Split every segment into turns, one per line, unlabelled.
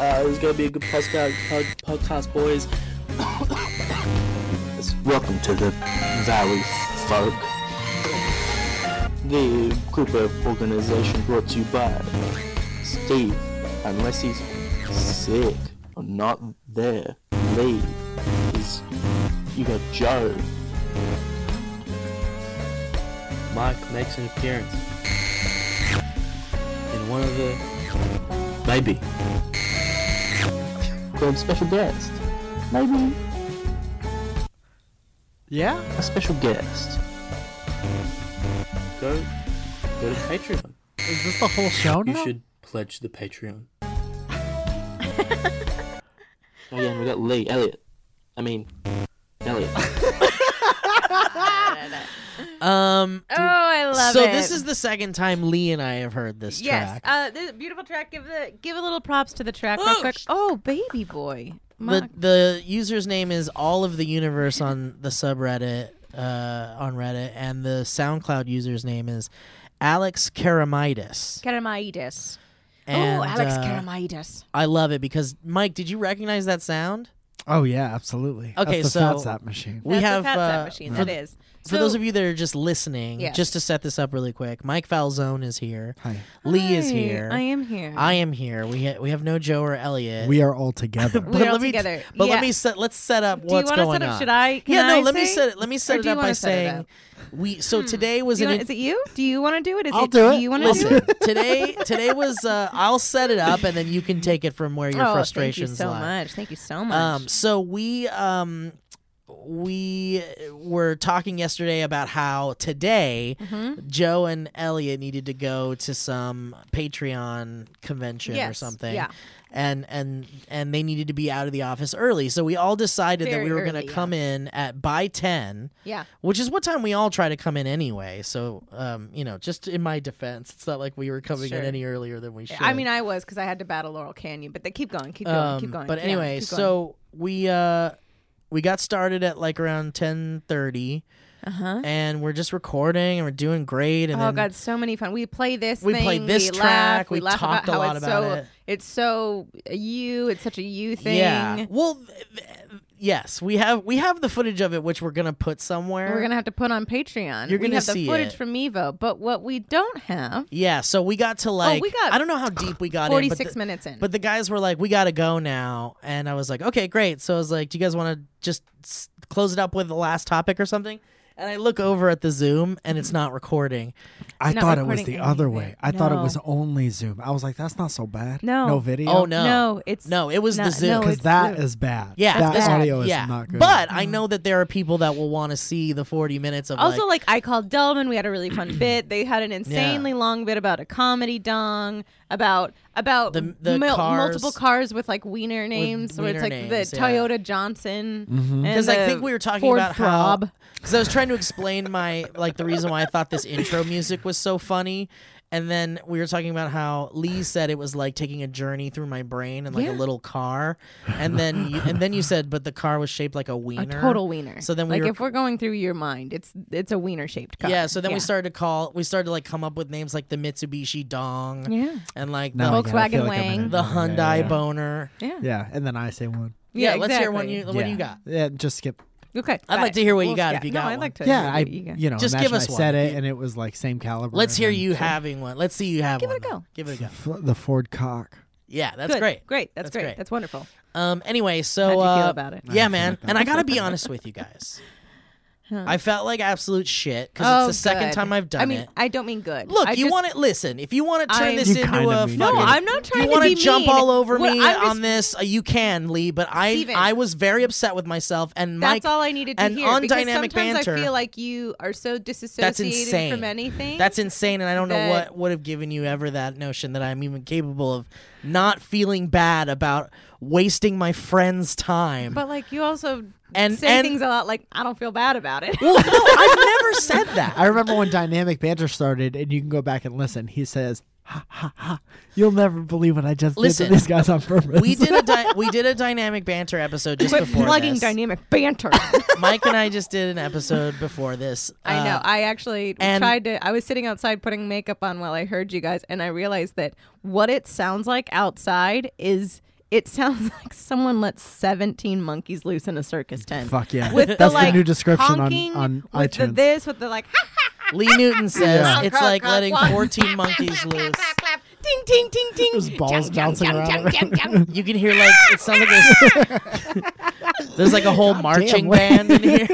Uh, it's gonna be a good podcast, pod, podcast boys.
Welcome to the Valley Folk. The group of organization brought to you by Steve. Unless he's sick or not there, Lee is. You got Joe.
Mike makes an appearance. And one of the. Maybe.
Got a special guest. Maybe
Yeah?
a special guest.
Go. Go to Patreon.
Is this the whole show
You
now?
should pledge the Patreon.
Again, Oh, we got Lee, Elliot. I mean, Elliot.
Um.
Oh, I love
so
it.
this is the second time Lee and I have heard this
yes,
track.
uh, this beautiful track. Give the give a little props to the track real
Oh,
quick.
sh-
Oh, baby boy.
the
My-
the user's name is all of the universe on the subreddit uh, on Reddit, and the SoundCloud user's name is Alex Karamaitis.
Karamaitis.
And,
oh, Alex
uh,
Karamaitis.
I love it because Mike, did you recognize that sound?
Oh yeah, absolutely.
Okay,
That's the
so-
fat sap machine.
we
That's
have,
a fat
uh,
Sap machine.
for
That is.
For those of you that are just listening,
Yes.
just to set this up really quick, Mike Falzone is here.
Hi.
Lee is
Hi,
here.
I am here.
I am here. We ha- we have no Joe or Elliot.
Uh, We are all together.
But
We're all
let me-
together.
But
Yeah.
let me set. Let's set up
do you
what's
want to
going
set up?
on.
Should I? Can
yeah, no.
I
let me
say?
set it. Let me set
Or
it
do you
up by
wanna set it
saying
up?
we. So today was
Do you
an.
wanna- is it you? Do you want to do it? Is
I'll
it,
do it.
You want to do
Listen,
it?
today today was uh, I'll set it up and then you can take it from where your
oh,
frustrations
thank you so
lie.
much. Thank you so much.
Um, so we um, we were talking yesterday about how today
Mhm.
Joe and Elliot needed to go to some Patreon convention or
Yes,
something,
yeah.
and and and they needed to be out of the office early. So we all decided that
Very
we were
early,
going to
yeah.
come in at by ten.
Yeah.
Which is what time we all try to come in anyway. So, um, you know, just in my defense, it's not like we were coming
Sure.
in any earlier than we should.
I mean, I was because I had to battle Laurel Canyon, but they keep going, keep going, keep
Um,
going.
But
Yeah,
anyway,
keep going.
so we uh we got started at like around ten thirty,
uh-huh.
and we're just recording and we're doing great. And
oh
then
god, so many fun. We play this.
we
thing,
played this
we
track,
Laugh, we
we
laugh
talked
about
a
how
lot
it's
about
so,
it.
It's so you. It's such a you thing.
yeah, well, th- th- yes, we have we have the footage of it, which we're gonna put somewhere.
We're gonna have to put on Patreon.
You're
we
gonna
have
see
the footage
it.
from Evo, but what we don't have
yeah, so we got to like
Oh, we got
I don't know how deep we got
forty
in,
six
but the,
minutes in.
but the guys were like, we gotta go now, and I was like, okay, great. So I was like, do you guys want to just s- close it up with the last topic or something? And I look over at the Zoom, and it's not recording.
I
Not
thought it was the
recording
other
anything.
way. I thought it
No.
was only Zoom. I was like, that's not so bad.
No.
No video.
Oh no.
no, it's
No, it was the
not-
Zoom.
no,
Because
it's
that
the-
is bad.
Yeah,
That
it's bad.
audio is
yeah.
not good.
But I know that there are people that will want to see the 40 minutes of
Mm-hmm. Also,
like,
like, I called Delvin. We had a really fun bit. They had an insanely long bit about a comedy dong, about about
The- the
mul-
cars.
multiple cars with like wiener names, where
wiener
it's like
names,
the
yeah.
Toyota Johnson.
because
Because
I think we were talking
Ford
about
Throb.
how because I was trying to explain my like the reason why I thought this intro music was so funny, and then we were talking about how Lee said it was like taking a journey through my brain and like
Yeah.
a little car, and then you, and then you said but the car was shaped like a
a
wiener,
total wiener.
So then we
like
were-
if we're going through your mind, it's it's a wiener shaped car.
Yeah, so then we started to call we started to like come up with names like the Mitsubishi Dong
Yeah.
and like
Now I
the,
get it. I feel
Volkswagen
like I'm in
Wang.
it.
the
Yeah, yeah,
Hyundai
yeah.
boner.
Yeah. Yeah.
Yeah, and then I say one.
let's hear one you
exactly.
what do
Yeah.
you got?
Yeah, just skip.
Okay.
I'd
got
like
it.
to hear what you
We'll
got if
skip.
you
no,
got
I'd
one.
like to.
Yeah,
hear
I
what you got.
you know
Just
imagine
give us
I
one.
said it and it was like same caliber.
Let's
and
hear
then-
you having one. Let's see you have
Give
one.
it a go.
Give it a go.
F- the Ford cock.
Yeah, that's
Good.
great.
Great. That's,
That's
great.
great.
That's wonderful.
Um anyway, so
How'd you
uh,
feel about it?
Yeah, man. And I got to be honest with you guys. I felt like absolute shit cuz
oh,
it's the second
good.
time I've done
I mean,
it.
I don't mean good.
Look,
I
you
just-
want to listen. If you want to turn
I'm-
this
You
into
kinda
a
mean it.
fucking,
No,
I'm not trying
you
to
wanna
be
jump
mean.
all over
What-
me
I'm just-
on this. uh, You can, Lee, but I
Steven.
I was very upset with myself and Mike.
That's all I needed to
and
hear.
on
because
Dynamic
sometimes
Banter-
I feel like you are so disassociated
insane.
from anything.
That's insane, and I don't know
that-
what would have given you ever that notion that I'm even capable of not feeling bad about wasting my friend's time.
but like you also
And-
say
and-
things a lot like I don't feel bad about it.
well, no, I've never said that.
I remember when Dynamic Banter started, and you can go back and listen. He says, ha ha ha. You'll never believe what I just
Listen,
did to these guys on purpose.
We did a di- we did a dynamic banter episode just
Quit
before
plugging
this.
dynamic banter.
Mike and I just did an episode before this.
I know.
Uh,
I actually
and-
tried to. I was sitting outside putting makeup on while I heard you guys, and I realized that what it sounds like outside is it sounds like someone let 17 monkeys loose in a circus tent.
Fuck yeah.
With
That's
the,
the,
like,
new description on,
honking,
on
with the
iTunes.
this, with the like,
Lee Newton says
Yeah.
it's like letting
One.
14 monkeys loose.
ding, ding, ding, ding.
There's balls bouncing around.
You can hear like it sounds like there's, there's like a whole marching band in here.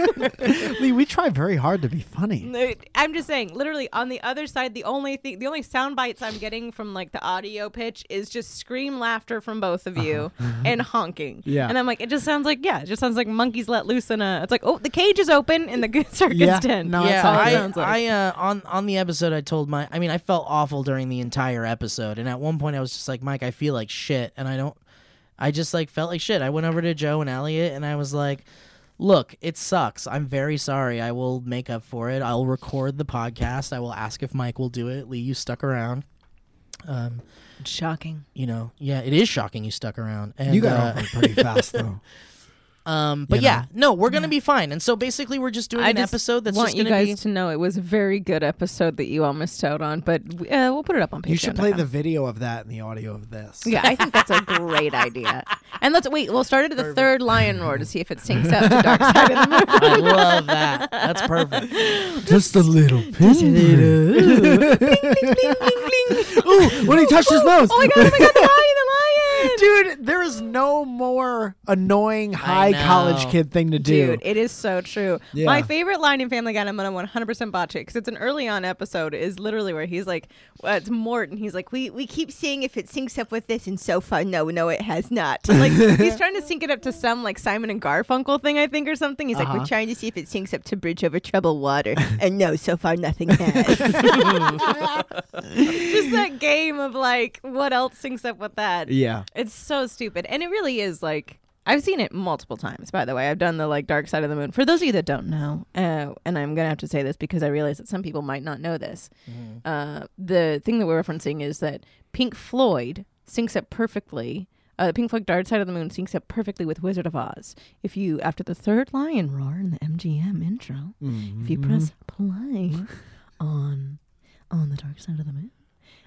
Lee, we try very hard to be funny.
No, I'm just saying, literally on the other side, the only thing, the only sound bites I'm getting from like the audio pitch is just scream laughter from both of you and honking.
Uh-huh. Yeah.
and I'm like, it just sounds like yeah, it just sounds like monkeys let loose in a. It's like oh, the cage is open in the good circus
Yeah,
tent.
no,
yeah,
that's all it
I,
sounds like.
I uh, on on the episode I told my I mean I felt awful during the entire episode, and at one point I was just like Mike, I feel like shit, and I don't. I just like felt like shit. I went over to Joe and Elliot, and I was like, "Look, it sucks. I'm very sorry. I will make up for it. I'll record the podcast. I will ask if Mike will do it. Lee, you stuck around. Um,
Shocking.
you know, yeah, it is shocking you stuck around. And
you got
uh,
over it pretty fast, though.
um, but
you know.
yeah, no, we're gonna be fine. And so basically, we're just doing
I
an
just
episode that's
want
just
you
gonna
guys
be.
to know it was a very good episode that you all missed out on, but uh, we'll put it up on. Patreon
You should play the video of that and the audio of this.
Yeah, I think that's a great idea. And let's wait. We'll start it at the third lion roar to see if it syncs up to Dark Side of the Moon.
I love that. That's perfect.
Just a little pin. Ooh, when he touched his nose.
Oh my god! Oh my god! The lion! The lion!
Dude, there is no more annoying high college
know.
kid thing to do.
Dude, it is so true.
Yeah.
My favorite line in Family Guy, and I'm gonna 100% botch it because it's an early on episode, is literally where he's like, uh, it's Morton. He's like, we we keep seeing if it syncs up with this, and so far, no, no, it has not. Like he's trying to sync it up to some like Simon and Garfunkel thing, I think, or something. He's
Uh-huh.
like, we're trying to see if it syncs up to Bridge Over Troubled Water, and no, so far nothing has. Just that game of like, what else syncs up with that?
yeah.
It's so stupid. And it really is like I've seen it multiple times, by the way. I've done the like dark side of the moon. For those of you that don't know, uh, and I'm gonna have to say this because I realize that some people might not know this. Uh, the thing that we're referencing is that Pink Floyd syncs up perfectly. Uh, Pink Floyd Dark Side of the Moon syncs up perfectly with Wizard of Oz. If you, after the third lion roar in the MGM intro, if
Mm-hmm.
you press play on on the Dark Side of the Moon,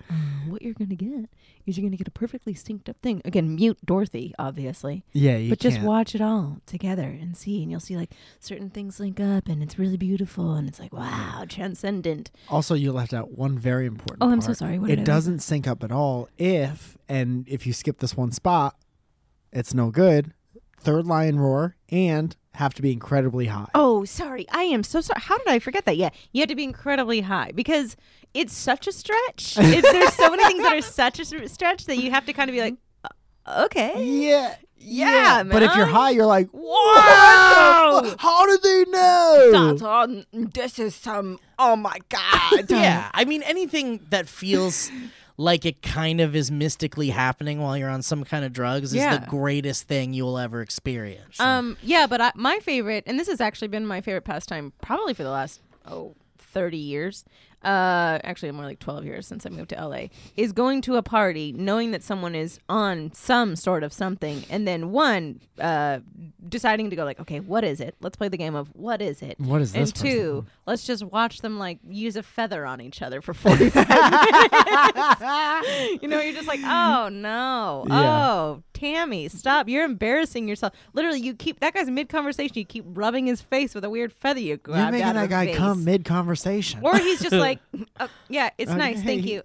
uh, what you're gonna get is you're gonna get a perfectly synced up thing. Again, mute Dorothy, obviously,
Yeah, you
but just
can't.
watch it all together and see, and you'll see like certain things link up, and it's really beautiful, and it's like wow, transcendent.
Also, you left out one very important.
Oh, I'm so
part.
sorry. What did I
It
leave
doesn't sync up at all if, and if you skip this one spot, it's no good. Third lion roar and have to be incredibly high.
Oh, sorry. I am so sorry. How did I forget that? Yeah, you have to be incredibly high because it's such a stretch. It, there's so many things that are such a s- stretch that you have to kind of be like, "Uh, okay.
Yeah,
Yeah,
But if you're
man.
high, you're like, what the
Wow.
fu- How did they know?
on. Um, This is some. Oh my god.
Yeah, I mean anything that feels like it kind of is mystically happening while you're on some kind of drugs is
Yeah.
the greatest thing you will ever experience.
Um. Yeah, but I, my favorite, and this has actually been my favorite pastime probably for the last oh 30 years. Uh, actually, more like 12 years since I moved to LA. Is going to a party knowing that someone is on some sort of something, and then one uh, deciding to go like, okay, what is it? Let's play the game of what is it.
What is
and
this person?
two, let's just watch them like use a feather on each other for 45 minutes. you know, you're just like, oh no,
Yeah.
oh Tammy, stop! You're embarrassing yourself. Literally, you keep that guy's mid conversation. You keep rubbing his face with a weird feather you grabbed
You're making
out
that
of his
guy
face.
come mid conversation.
Or he's just like, oh, yeah, it's nice, thank you.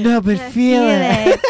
no, but feel it.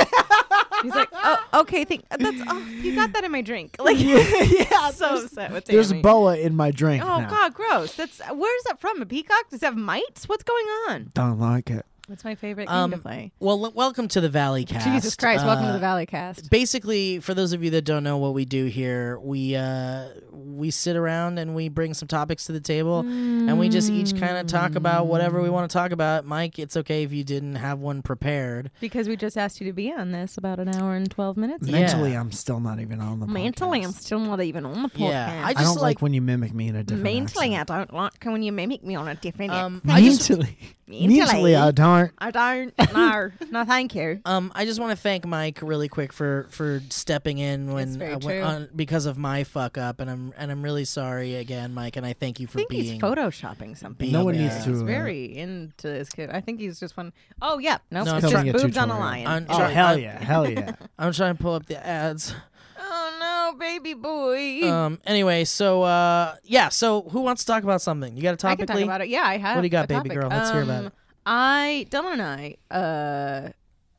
He's like, oh, okay, thank. That's oh, you got that in my drink. Like,
yeah,
so upset with Tammy.
There's boa in my drink.
Oh
now.
God, gross! That's where's that from? A peacock? Does it have mites? What's going on?
Don't like it.
That's my favorite
Um, well, l- welcome to the Valley Cast. Uh,
Valley Cast.
Basically, for those of you that don't know what we do here, we uh, we sit around and we bring some topics to the table, and we just each kind of talk about whatever we want to talk about. Mike, it's okay if you didn't have one prepared.
Because we just asked you to be on this about an hour and twelve minutes.
Yeah.
Mentally, I'm still not even on the.
Mentally, I'm
podcast.
still not even on the podcast.
Yeah, I
I
just
don't like,
like-
when you mimic me in a different.
mentally,
accent.
I don't like when you mimic me on a different.
Um,
accent.
I just
mentally, mentally, I don't aren't.
I don't. No, no, thank you.
Um, I just want to thank Mike really quick for for stepping in when
very
I went
true.
on because of my fuck up, and I'm and I'm really sorry again, Mike, and I thank you
I
for
think
being.
he's photoshopping something.
No
one
there.
needs to,
He's
uh,
very into this kid. I think he's just one oh yeah,
No,
no, it's
I'm
just
telling you,
boobs on a
tutorial.
lion.
I'm
Oh
trying-
hell
uh,
I'm-
yeah, hell yeah.
I'm trying to pull up the ads.
oh no, baby boy.
Um. Anyway, so uh, yeah. So who wants to talk about something? You got a
I
topically?
can talk about it. Yeah, I have.
What do you got,
a
baby
topic.
girl? Let's hear about
Um,
it.
I Delman and I, uh,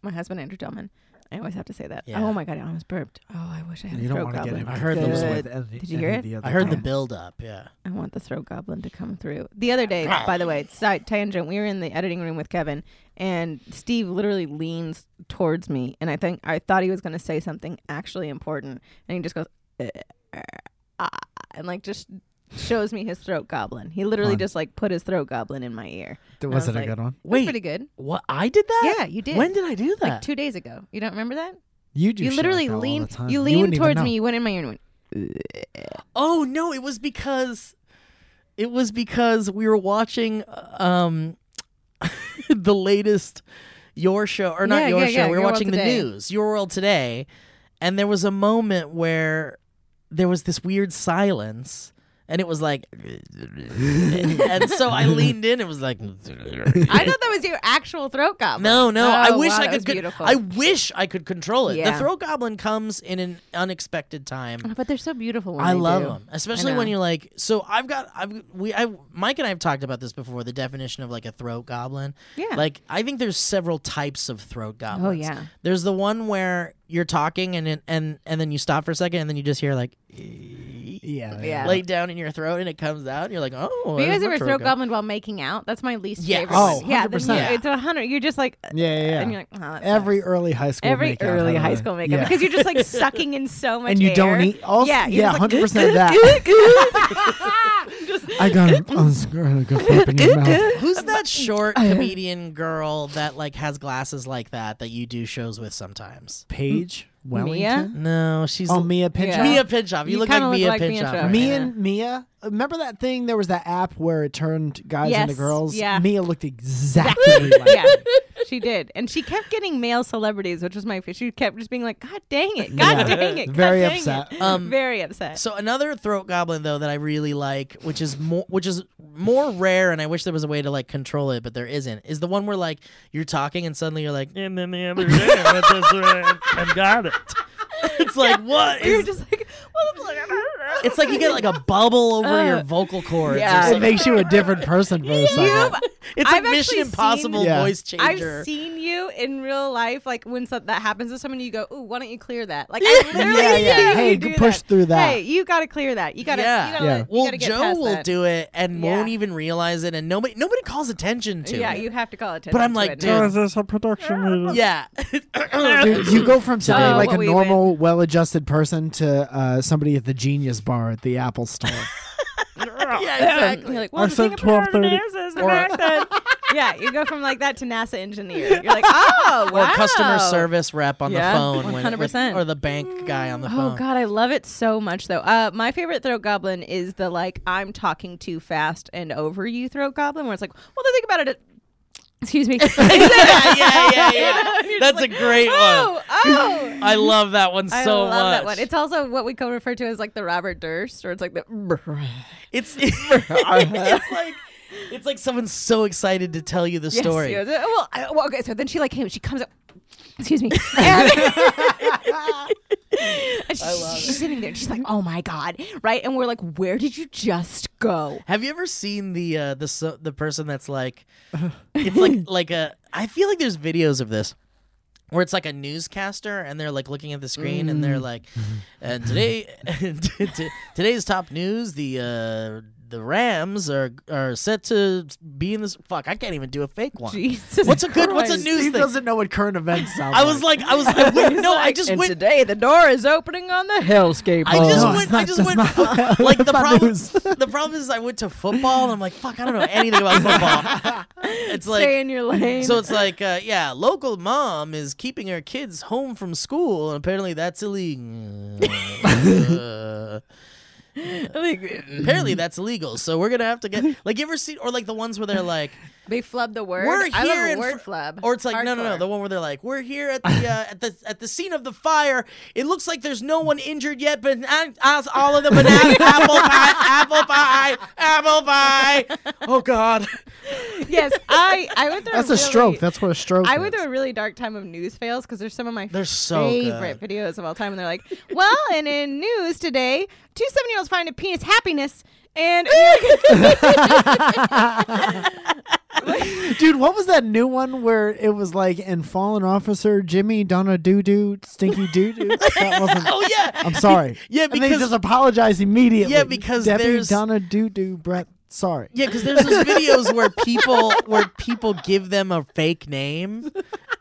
my husband Andrew Delman. I always have to say that.
Yeah.
Oh my god, I almost burped. Oh, I wish I had.
You
a
don't
throat
want to get
goblin.
him.
I heard those
confused
Good.
any-
Did you
any
hear
of
it?
the other
I heard the
time.
build up. Yeah.
I want the throat goblin to come through. The other day, by the way, side tangent, we were in the editing room with Kevin and Steve literally leans towards me and I think I thought he was going to say something actually important and he just goes "Eh, eh, ah," and like just shows me his throat goblin. He literally
Fun.
just like put his throat goblin in my ear.
Was,
I was
it a
like-
good one?
It was
Wait.
pretty good.
What? I did that?
Yeah, you did.
When did I do that?
Like 2 days ago. You don't remember that?
You do.
You,
shit like
literally
that all the
leaned
time.
you
wouldn't
leaned
even
towards
know.
me, you went in my ear and went
Oh no, it was because it was because we were watching um the latest your show or not
Yeah,
your
yeah,
show.
yeah,
we were
Your World
watching the
Today.
news, Your World Today, and there was a moment where there was this weird silence and it was like and so I leaned in and was like
I thought that was your actual throat goblin.
no, no.
Oh,
I wish
wow,
I
that was
could, could
beautiful.
I wish I could control it.
Yeah.
The throat goblin comes in an unexpected time.
Oh, But they're so beautiful. When
I
they
love
do.
them, especially when
know.
you're like. So I've got I've we I Mike and I have talked about this before. The definition of like a throat goblin.
Yeah. Oh,
Like I think there's several types of throat goblins.
yeah.
There's the one where you're talking and it- and and then you stop for a second and then you just hear like
Yeah.
Yeah.
laid down in your throat and it comes out and you're like oh.
Have you
there's
guys
my
ever throat
goblin.
goblin while making out? That's my least
Yes.
favorite.
Oh,
one. yeah, then
100%.
you- it's a hundred. You're just like
Yeah, yeah, yeah.
and you're like, oh, that
every
sucks.
early high school.
every
makeout
early
had
high
a-
school makeup
yeah.
because you're just like sucking in so much
and you don't
air.
eat. Also, yeah,
Yeah, you're
yeah,
just like,
hundred percent of that.
Just-
I got him. I'm just gonna go flip in your mouth.
Who's that short comedian girl that like has glasses like that that you do shows with sometimes?
Paige Wellington.
No, she's
Oh, Mia
Yeah.
Pinchot.
Mia Pinchoff. You,
You
look like
kinda look
Mia
like Mia
Pinchoff.
Pinchoff.
right
Me
now.
and Mia. Remember that thing? There was that app where it turned guys
Yes,
into girls.
yeah.
Mia looked exactly like.
yeah, she did, and she kept getting male celebrities, which was my. fa- She kept just being like, God dang it, God
Yeah.
dang it, God
Very
dang
upset.
it.
Um,
very upset.
So another throat goblin though that I really like, which is more which is more rare, and I wish there was a way to like control it, but there isn't. Is the one where like you're talking and suddenly you're like, and then the other day I just, uh, I got it. It's like what?
You're
is-
just like, well,
it's like you get like a bubble over
Uh,
your vocal cords.
yeah.
Yeah,
It makes you a different person for a second.
it's
I've
a Mission
actually
Impossible
seen- Yeah.
voice changer.
I've seen you in real life, like when so- that happens to someone, you go, "Ooh, why don't you clear that?" Like, I literally
Yeah,
see
yeah.
you
Hey,
do
push through that.
Hey, you gotta clear that. You gotta,
Yeah.
you gotta,
Yeah.
Let, you
well,
gotta get
Joe
past
will
that.
do it and
Yeah.
won't even realize it, and nobody nobody calls attention to
Yeah,
it.
you have to call attention.
but I'm
to
like,
it now.
dude,
this a production meeting?
yeah,
Dude, you go from suddenly
Oh,
like
what
a
we win.
normal, well-adjusted person to uh, somebody at the Genius Bar at the Apple Store.
yeah,
Um,
exactly.
You're like, well,
I
the
said
thing about it
12:30.
is, is the fact that, yeah, you go from like that to NASA engineer. You're like, oh,
or
wow.
customer service rep on
Yeah,
the phone when- with-
100%.
or the bank guy on the
Oh
phone.
god, I love it so much though. Uh, my favorite throat goblin is the like I'm talking too fast and over you throat goblin, where it's like, well, the thing about it, is- excuse me,
yeah, yeah, yeah, yeah.
You're just
That's
like,
a great one.
Oh, oh.
I love that one so
I love
much.
that one. It's also what we co refer to as like the Robert Durst, or it's like the.
It's it's like it's like someone's so excited to tell you the
Yes,
story.
yes. Uh, Well, I- well, okay. So then she like came. She comes up. Excuse me. And, and she- she's sitting there. and She's like, "Oh my god!" Right? And we're like, "Where did you just go?"
Have you ever seen the uh, the so- the person that's like, it's like like a. I feel like there's videos of this. Where it's like a newscaster and they're like looking at the screen and they're like, and today, t- t- today's top news: the uh, the Rams are are set to be in this. Fuck, I can't even do a fake one.
Jesus.
What's a good? What's a
Christ.
news
he
thing?
doesn't know what current events sound
I was like, I was, I went, no, I just
and
went.
today the door is opening on the hellscape.
I just
Oh, No,
went.
it's not-
I just
that's
went.
not-
like the
that's not
problem.
news.
The problem is I went to football and I'm like, fuck, I don't know anything about football. It's
Stay
like
in your lane.
so. It's like uh, yeah, local mom is keeping her kids home from school and apparently that's illegal. Uh,
like,
apparently that's illegal. So we're gonna have to get like you ever seen or like the ones where they're like.
They flub the word.
We're
I
here
love
in
a word
fr-
flub.
Or it's like no, no, no,
Hardcore.
the one where they're like, "We're here at the uh, at the at the scene of the fire. It looks like there's no one injured yet, but I- I- all of the banana apple pie, apple pie, apple pie. Oh God,
yes, I I went through.
That's
a,
a stroke.
really-
That's what a stroke.
I went
is.
through a really dark time of news fails because there's some of my
They're so
favorite videos of all time, and they're like, "Well, and in news today, two seven year olds find a penis happiness." And
Dude, what was that new one where it was like and fallen officer Jimmy Donna Doo Doo Stinky Doo Doo? That wasn't.
oh yeah,
I'm sorry.
Yeah,
and they
because-
just apologize immediately.
Yeah, because
Debbie
there's-
Donna Doo Doo Brett. Sorry.
yeah. Because there's those videos where people where people give them a fake name,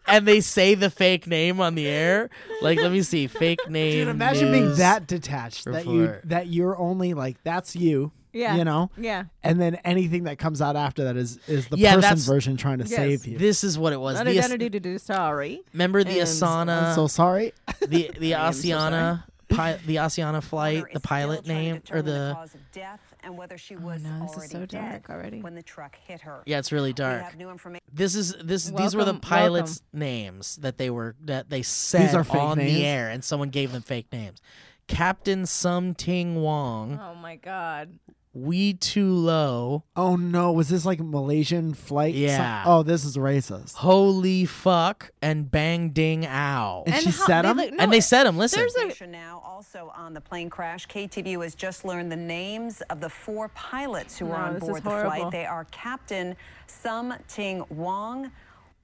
and they say the fake name on the air. Like, let me see, fake name.
Dude, imagine being
news.
that detached that you
report.
that you're only like that's you.
Yeah.
You know,
yeah,
and then anything that comes out after that is is the
Yeah,
person
that's-
version trying to
Yes.
save you.
This is what it was.
not
The,
a
As-
do do do sorry.
remember the
And-
Asana.
I'm
uh.
so sorry.
the the
I am so
Oceana pi- the Oceana flight,
Mother
the
is
pilot
still trying to
name or
determine the
the
cause of death and whether she was
Oh, no, this is
already
so
dead
dark already.
when the truck hit her.
yeah, it's really
We
dark.
have new information.
This is this these were the
Welcome,
pilots' names that they were that they said
are fake
on
names?
the air, and someone gave them fake names. Captain Sum Ting
Mm.
Wong,
Oh my god.
We Too Low,
Oh no, was this like Malaysian flight? Some-
Yeah.
oh, this is racist.
Holy Fuck, and Bang Ding Ow.
And she said
they
'em?
look- no,
And they said them. Listen,
There's a
Information Now, also on the plane crash, KTVU has just learned the names of the four pilots who were
No,
on
this is
board the
horrible.
flight. They are Captain Sum Ting Wong,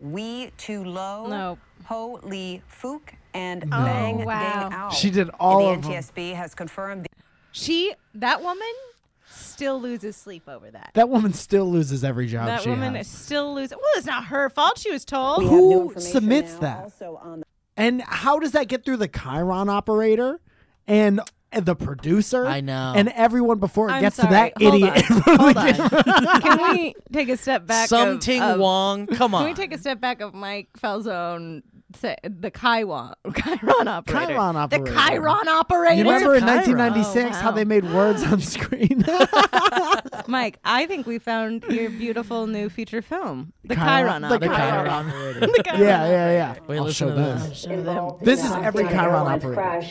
Wee Tu Lo,
No. Oh,
Ho Lee Fook, and Bang
wow.
Dang Ao.
She did all
and
of
the
'em.
NTSB has confirmed.
she that woman still loses sleep over that.
That woman still loses every job
That
she
woman
has.
still loses. Well, it's not her fault. She was told.
We have new
Who
information
submits
now
that?
Also on the
And how does that get through the Chiron operator and and the producer?
I know.
And everyone before it
I'm
gets
sorry.
to that
Hold
idiot.
on. Hold on. Can we take a step back?
Sum
of-
Ting
of-
Wong. Come on,
Can we take a step back of Mike Falzone, say, the Chiron, Chiron operator?
Chiron
The
operator.
Chiron operator.
You remember in
Chiron?
1996
Oh,
how
wow.
they made words on screen?
Mike, I think we found your beautiful new feature film, The
Chiron-
Chiron,
the
operator.
Chiron
operator.
yeah, yeah, yeah.
Wait,
I'll
listen
show
to this.
this. This is every Chiron operator.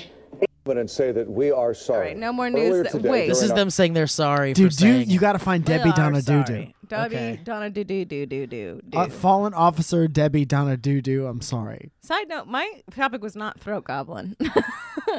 and say that we are sorry.
All right, no more news
Earlier
that-
today,
wait.
This
during
is
our
them saying they're sorry for
Dude, you,
saying
you got to find
We
Debbie
are
Donna Doo Doo.
sorry. Debbie
Okay.
Donna Doo Doo Doo Doo Doo Doo.
Uh, fallen officer Debbie Donna Doo Doo. I'm sorry.
Side note: My topic was not throat goblin.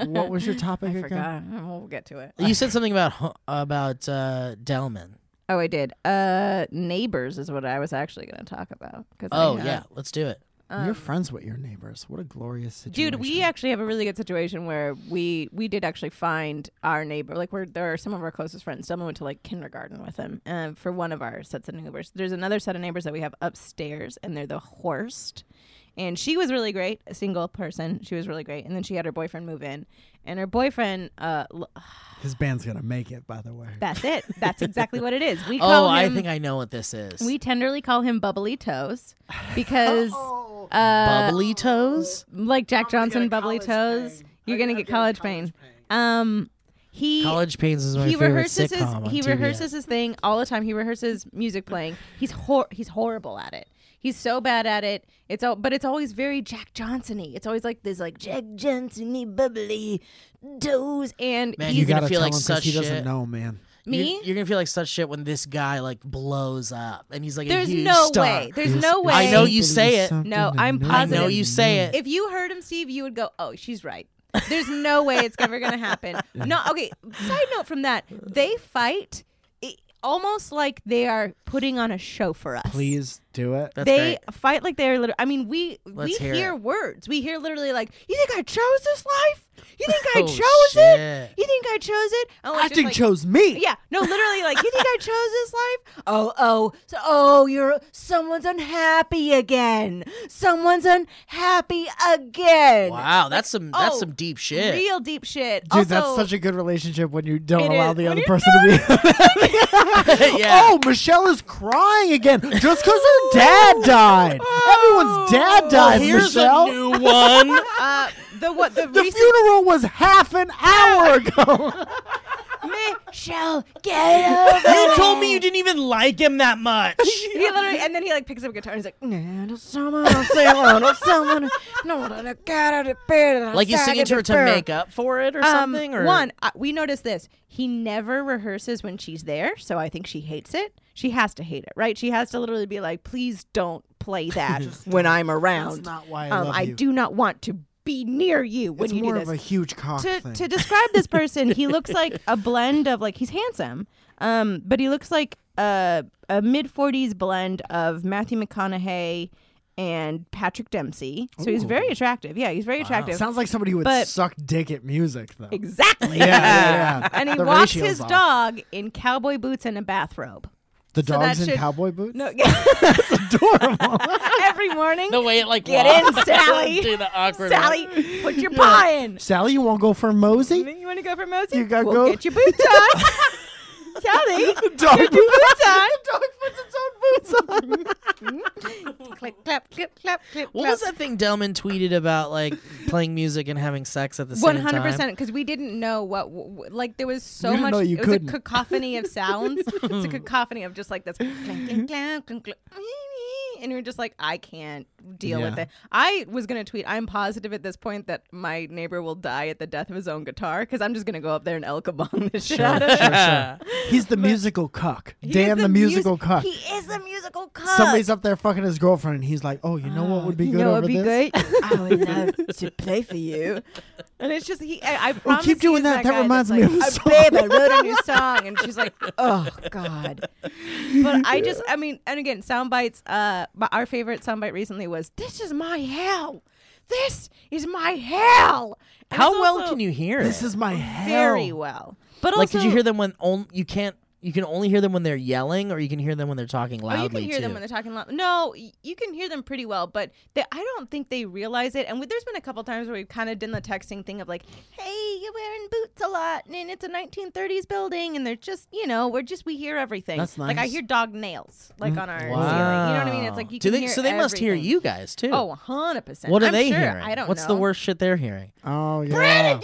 What was your topic
I
again?
forgot. We'll get to it.
you said something about hu- about uh, Delman.
Oh, I did. Uh, neighbors is what I was actually going to talk about. 'cause I
Oh
have-
yeah, let's do it.
You're friends with your neighbors. What a glorious situation.
Dude, we actually have a really good situation where we we did actually find our neighbor. Like, we're there are some of our closest friends. Someone went to like kindergarten with him um, for one of our sets of neighbors. There's another set of neighbors that we have upstairs, and they're the Horst. And she was really great, a single person. She was really great, and then she had her boyfriend move in, and her boyfriend. Uh, l-
His band's gonna make it, by the way.
that's it. That's exactly what it is. We call
Oh, I
him-
think I know what this is.
We tenderly call him Bubbly Toes because, uh,
bubbly toes.
like Jack Johnson, Bubbly Toes, you're gonna get college pain. Um, he
College Pains is my
he
favorite
rehearses his
sitcom. on
he
TBS.
rehearses his thing all the time. He rehearses music playing. He's hor- he's horrible at it. He's so bad at it. It's all but it's always very Jack Johnsony. It's always like this like Jack Johnsony bubbly toes and
Man,
he's
you
You
You're gonna
gotta tell
feel
him
like
'cause
such
he doesn't
shit.
know, man.
me.
You're, you're gonna feel like such shit when this guy like blows up and he's like
There's
a huge
no
star.
way. There's no way.
I know you say it.
No, I'm
I
positive.
know you say it.
if you heard him, Steve, you would go, "Oh, she's right." There's no way it's ever gonna happen. No, okay. Side note from that, they fight i almost like they are putting on a show for us.
Please do it.
That's
they
great.
fight like they are. Literally, I mean, we we
Let's hear
hear,
it.
words. We hear literally like, "You think I chose this life? You think I
Oh,
chose
shit.
it? You think I chose it?" And we're
I
just
think
like-
chose me.
yeah, no, literally, like you think I chose this life? Oh, oh, so oh, you're someone's unhappy again. Someone's unhappy again.
wow, that's some that's
oh,
some deep shit.
Real deep shit.
Dude,
also,
that's such a good relationship when you don't
It
allow
is.
the
When
other
you
person to be.
yeah.
Oh, Michelle is crying again just because her dad died.
Oh.
Everyone's dad dies,
Here's
Michelle.
a new one.
uh, the what the,
the
recent
funeral was half an hour ago.
me, Shell, get over
You told me you didn't even like him that much.
He literally, and then he like picks up a guitar and he's like,
Um,
"Nah, no, someone, no, someone, no, someone, no, no, no, get out of bed,
like he's
outside
singing
of
to her
the
to
bed."
make up for it or
Um,
something. Or
one, uh, we noticed this. He never rehearses when she's there, so I think she hates it. She has to hate it, right? She has to literally be like, "Please don't play that when I'm around."
not why I
um,
love
I
you.
do not want to be near you when
it's
you
more
do
of
this
a huge cock
to,
thing.
to describe this person, he looks like a blend of like he's handsome, um, but he looks like a, a mid forties blend of Matthew McConaughey and Patrick Dempsey. So he's very attractive. Yeah, he's very attractive.
Sounds like somebody who would
But-
suck dick at music, though.
exactly.
Yeah, yeah, yeah.
And he
The
walks
ratio's
his
off.
dog in cowboy boots and a bathrobe.
The
So that
dogs in
should-
cowboy boots.
No, that's adorable. Every morning,
The way it like
Get
walks.
in, Sally.
Do the awkward
Sally, what you're buying?
Sally, you won't go for Mosey.
You want to go for Mosey?
You gotta
we'll
go-
Get your boots on. Sally,
Dog
get your
boots.
boots on.
Dog puts its own boots on.
click, clap, clip, clap, clip,
what was that thing Delman tweeted about like playing music and having sex at the same
One
time?
hundred percent, because we didn't know what. w- w- Like there was so
You didn't
much.
know you
it was
couldn't.
a cacophony of sounds. it's a cacophony of just like this, clank, clank, clank, clank, clank, and you're just like, I can't deal with
Yeah.
it. I was gonna tweet. I'm positive at this point that my neighbor will die at the death of his own guitar because I'm just gonna go up there and elk bong the shit out of it.
He's the musical cuck.
He is
Dan, the,
mus-
musical cuck.
He is the musical cuck.
Somebody's up there fucking his girlfriend, and he's like, "Oh, you know what would be
Uh, You
good
know
over
what'd be
this?
good? I would love to play for you. And it's just he. I, I promise
keep doing
he's
that. That
guy
reminds
that's
me
like,
of a
"Oh, Babe, I wrote a new song, and she's like, "Oh God." But I just, I mean, and again, sound bites. Uh, but our favorite sound bite recently was, "This is my hell. This is my hell." And
How
it's
well
also
can you hear it?
This is my hell."
Very well. But
like,
also,
did you hear them when on, you can't? You can only hear them when they're yelling, or you can hear them when they're talking
Oh,
loudly.
you can hear them
too.
when they're talking loud. No, y- you can hear them pretty well, but they, I don't think they realize it. And we, there's been a couple times where we've kind of done the texting thing of like, "Hey, you're wearing boots a lot, and it's a 1930s building, and they're just, you know, we're just we hear everything.
That's
Like I
nice.
hear dog nails, like on our ceiling. You know what I mean? It's like you
Mm, do
can
they?
hear
so they must hear
everything.
you guys too.
Oh, 100 percent.
what are
I'm
they
sure.
hearing?
I don't
What's the
know.
worst shit they're hearing?
Oh yeah.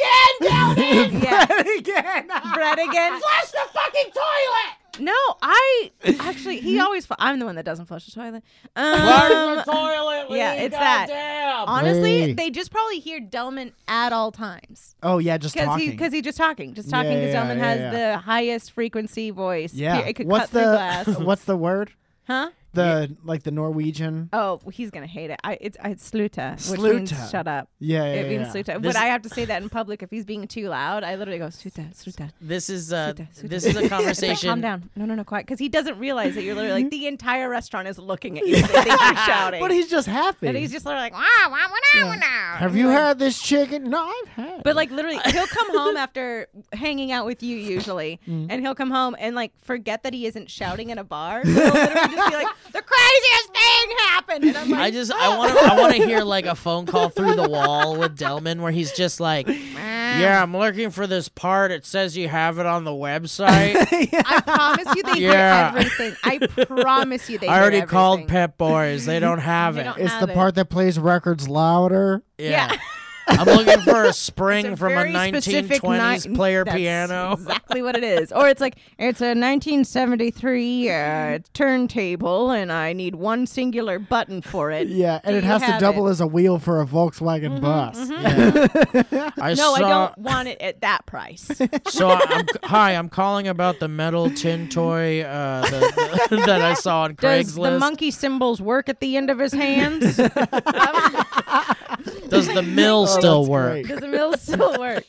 Yeah.
again.
bread again. Flush the fucking toilet. No, I actually he always. Fl- I'm the one that doesn't flush the toilet. Um, flush the toilet. Yeah, it's that. Honestly,
Hey.
they just probably hear Delman at all times
Oh yeah, just
because
talking.
he because he just talking, just talking. Because
yeah,
Delman
yeah,
has
yeah.
the highest frequency voice.
yeah.
Pe- it could
what's
cut through
the
glass.
what's the word?
huh?
The like the Norwegian.
Oh, he's gonna hate it. I it's it's sluta, which
Sluta.
means shut up.
Yeah, yeah,
It
yeah,
means
yeah.
sluta. Would I have to say that in public if he's being too loud? I literally go sluta, sluta.
This is uh,
Suta, suta.
this is a
It's like,
conversation. Mm-hmm.
calm down. No, no, no, quiet. Because he doesn't realize that you're literally like the entire restaurant is looking at you. They think you're shouting.
But he's just happy.
and he's just literally like, wow, wow, wow, wow, wow.
Have you had this chicken? No, I've had.
But like literally, he'll come home after hanging out with you usually,
Mm-hmm.
and he'll come home and like forget that he isn't shouting in a bar. So he'll literally just be like, "The craziest thing happened," and I'm like,
I just I want to I want to hear like a phone call through the wall with Delman where he's just like, yeah, I'm looking for this part. It says you have it on the website.
"I promise you, they
Yeah.
hear everything. I promise you, they."
I
hear
already called
everything."
Pep Boys. They don't have
They
it.
don't
it's
have
the
it.
part that plays records louder.
Yeah. I'm looking for a spring
It's
from a
very specific
1920s
ni-
player
That's
piano.
Exactly what it is. Or it's like it's a 1973 uh, turntable, and I need one singular button for it.
Yeah, and
Do
it
you
has to
have
double
it? Mm-hmm,
as a wheel for a Volkswagen bus.
I
No,
saw,
I don't want it at that price.
So I'm, hi, I'm calling about the metal tin toy uh, the, the- that I saw on
Does
Craigslist.
the monkey symbols work at the end of his hands? Um,
Does the
Oh,
mill still work?
great.
Does the mill still work?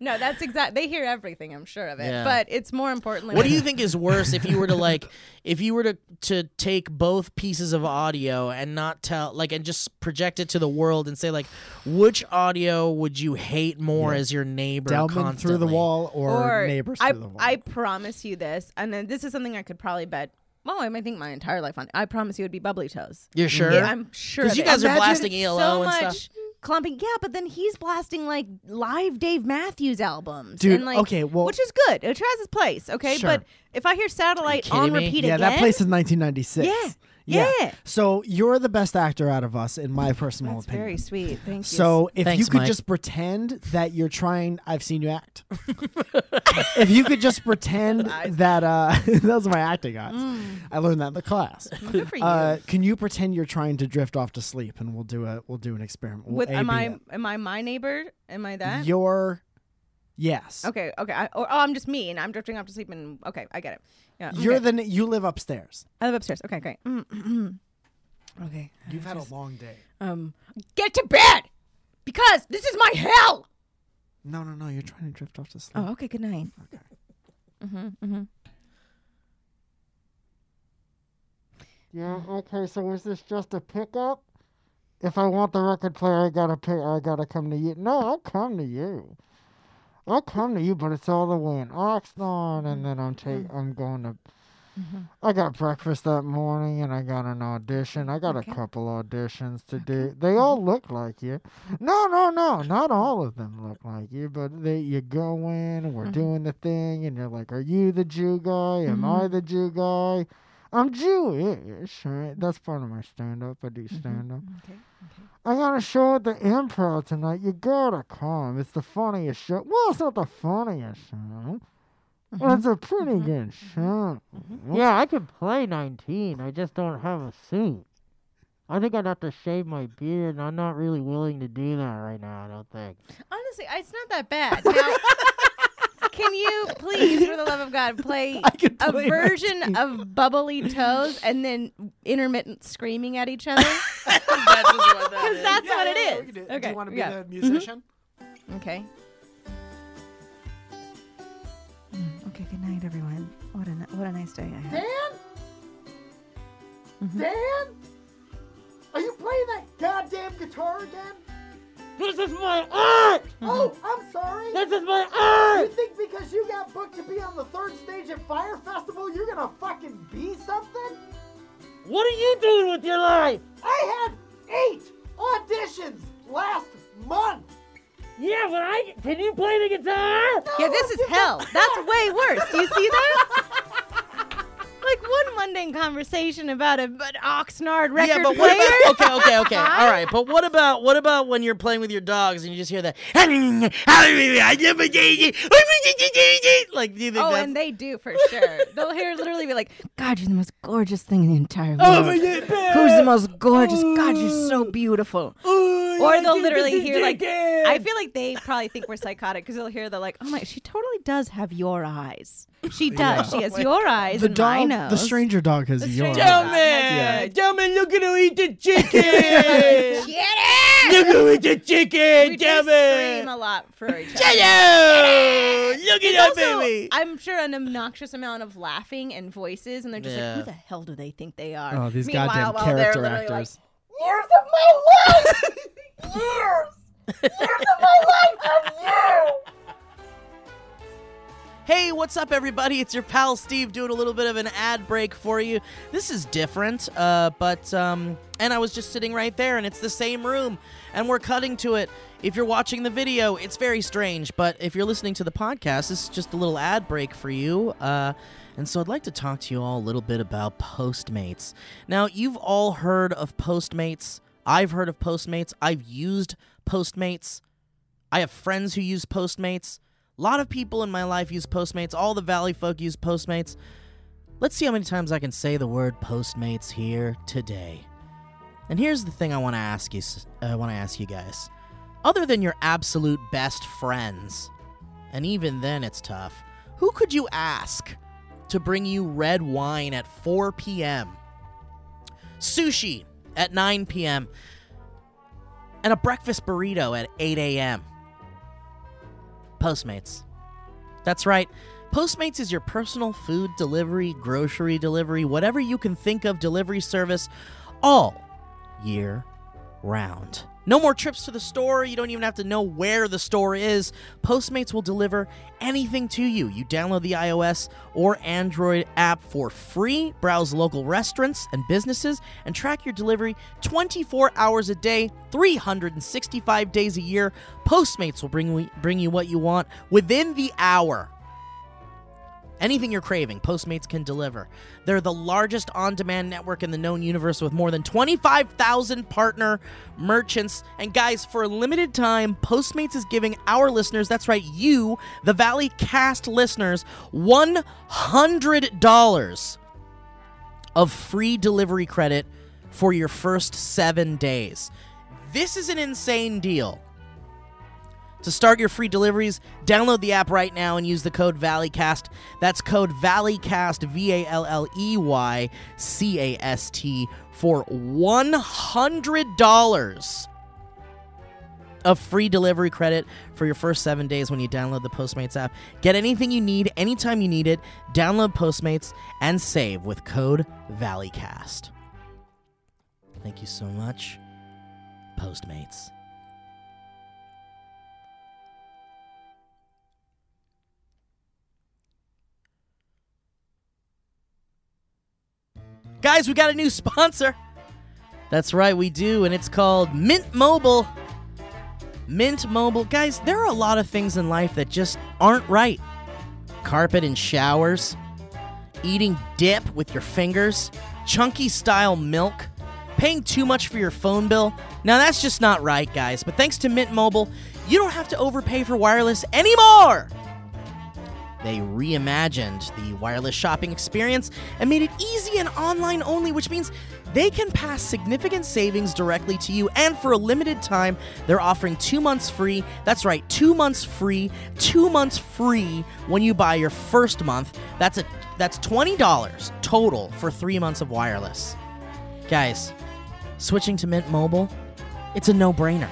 No, that's exact. They hear everything. I'm sure of it.
Yeah.
But it's more importantly.
What do you think is worse if you were to like if you were to to take both pieces of audio and not tell like and just project it to the world and say like which audio would you hate more as your neighbor
Delman
constantly?
through the wall or,
or
neighbors
I,
through the wall.
I promise you this, and then this is something I could probably bet. Well, I might think my entire life on. I promise you, it'd be bubbly toes.
You're sure?
Yeah, I'm sure.
Because
of
you
it.
guys are
Imagine
blasting ELO
so
and
much
stuff.
clumping. Yeah, but then he's blasting like live Dave Matthews albums.
Dude,
and, like,
okay, well-
which is good. It has its place. Okay,
Sure.
but if I hear Satellite
kidding
on
me?
repeat
yeah,
again,
that place is 1996.
Yeah. Yeah.
So you're the best actor out of us, in my personal
That's
opinion.
very sweet. Thank you.
So if you
Thanks,
could
Mike.
just pretend that you're trying, I've seen you act. if you could just pretend that uh, those are my acting eyes. I learned that in the class.
Mm. good for you.
Uh, can you pretend you're trying to drift off to sleep, and we'll do a we'll do an experiment. We'll
With am
AB
I
it.
am I my neighbor? Am I that?
Your yes.
okay, okay. I, or, oh, I'm just me, and I'm drifting off to sleep. And okay, I get it. Yeah, I'm
You're
good.
the the you live upstairs.
I live upstairs. Okay, great. Mm, okay,
You've had a long day.
um, get to bed because this is my hell.
No, no, no. You're trying to drift off to sleep.
Oh, okay. Good night.
Yeah. Okay. So is this just a pickup? If I want the record player, I gotta pick. I gotta come to you. No, I'll come to you. I'll come to you, but it's all the way in Oxnard, and then I'm take. I'm going to. I got breakfast that morning, and I got an audition. I got a couple auditions to do. They all look like you. No, no, no, not all of them look like you, but they you go in, and we're doing the thing, and you're like, "Are you the Jew guy? Am I the Jew guy?" I'm Jewish, right? That's part of my stand up. I do stand up.
Okay.
I got a show at the improv tonight. You gotta come. It's the funniest show. Well, it's not the funniest show.
Mm-hmm.
but It's a pretty good show. Yeah, I could play 19. I just don't have a suit. I think I'd have to shave my beard, and I'm not really willing to do that right now, I don't think.
Honestly, I- it's not that bad. Now, can you please, for the love of God, play,
could
a
play
version of bubbly toes and then intermittent screaming at each other? Because that's what it is. Okay. yeah. Mm-hmm.
musician?
Okay. Hmm, Okay. Good night, everyone. What a ni- what a nice day I had.
Dan? Are you playing that goddamn guitar again?
This is my art!
Oh, I'm sorry.
This is my
You
art!
think because you got booked to be on the third stage at Fire Festival, you're gonna fucking be something?
What are you doing with your life?
I had eight auditions last month.
Yeah, but I can you play the guitar?
Yeah, this is hell. That's way worse. Do you see that? like one mundane conversation about a, an Oxnard record
Yeah, but
player.
what about okay, okay, okay, all right. But what about what about when you're playing with your dogs and you just hear that? Like, do you think
Oh,
that's
and they do for sure. They'll hear literally be like, "God, you're the most gorgeous thing in the entire world. Who's the most gorgeous? God, you're so beautiful." or they'll literally hear like, I feel like they probably think we're psychotic because they'll hear they're like, "Oh my, she totally does have your eyes. She does. She has your eyes and my nose."
dog has
stranger
Oh,
dog.
Gentlemen, gentlemen, look at who eat the chicken.
Get it!
look who eat the
We
chicken,
do scream
gentlemen.
a lot for each other.
Hello, look
There's
at that
also,
baby.
I'm sure an obnoxious amount of laughing and voices, and they're just
Yeah.
like, "Who the hell do they think they are?"
Oh, these
Meanwhile,
goddamn
while they're
character
literally like,
actors.
years of my life, years, years of my life of you.
Hey, what's up, everybody? It's your pal Steve doing a little bit of an ad break for you. This is different, uh, but um, and I was just sitting right there, and it's the same room, and we're cutting to it. If you're watching the video, it's very strange, but if you're listening to the podcast, this is just a little ad break for you. Uh, and so I'd like to talk to you all a little bit about Postmates. Now, you've all heard of Postmates. I've heard of Postmates. I've used Postmates. I have friends who use Postmates. A lot of people in my life use Postmates. All the Valley folk use Postmates. Let's see how many times I can say the word Postmates here today. And here's the thing I want to ask you s- uh, I want to ask you guys. Other than your absolute best friends, and even then it's tough. Who could you ask to bring you red wine at 4 p.m.? Sushi at 9 p.m. and a breakfast burrito at 8 a.m. Postmates. That's right. Postmates is your personal food delivery, grocery delivery, whatever you can think of delivery service all year round. No more trips to the store. You don't even have to know where the store is. Postmates will deliver anything to you. You download the iOS or Android app for free, browse local restaurants and businesses, and track your delivery 24 hours a day, 365 days a year. Postmates will bring, bring you what you want within the hour. Anything you're craving, Postmates can deliver. They're the largest on demand network in the known universe with more than 25,000 partner merchants. And guys, for a limited time, Postmates is giving our listeners, that's right, you, the Valley Cast listeners, $100 of free delivery credit for your first seven days. This is an insane deal. To start your free deliveries, download the app right now and use the code ValleyCast. That's code ValleyCast, V A L L E Y C A S T, for $100 of free delivery credit for your first seven days when you download the Postmates app. Get anything you need anytime you need it. Download Postmates and save with code ValleyCast. Thank you so much, Postmates. Guys, we got a new sponsor. That's right, we do, and it's called Mint Mobile. Mint Mobile. Guys, there are a lot of things in life that just aren't right. Carpet and showers, eating dip with your fingers, chunky style milk, paying too much for your phone bill. Now, that's just not right, guys, but thanks to Mint Mobile, you don't have to overpay for wireless anymore. They reimagined the wireless shopping experience and made it easy and online only, which means they can pass significant savings directly to you. And for a limited time, they're offering two months free. That's right, two months free, two months free when you buy your first month. That's a that's twenty dollars total for three months of wireless. Guys, switching to Mint Mobile, it's a no-brainer.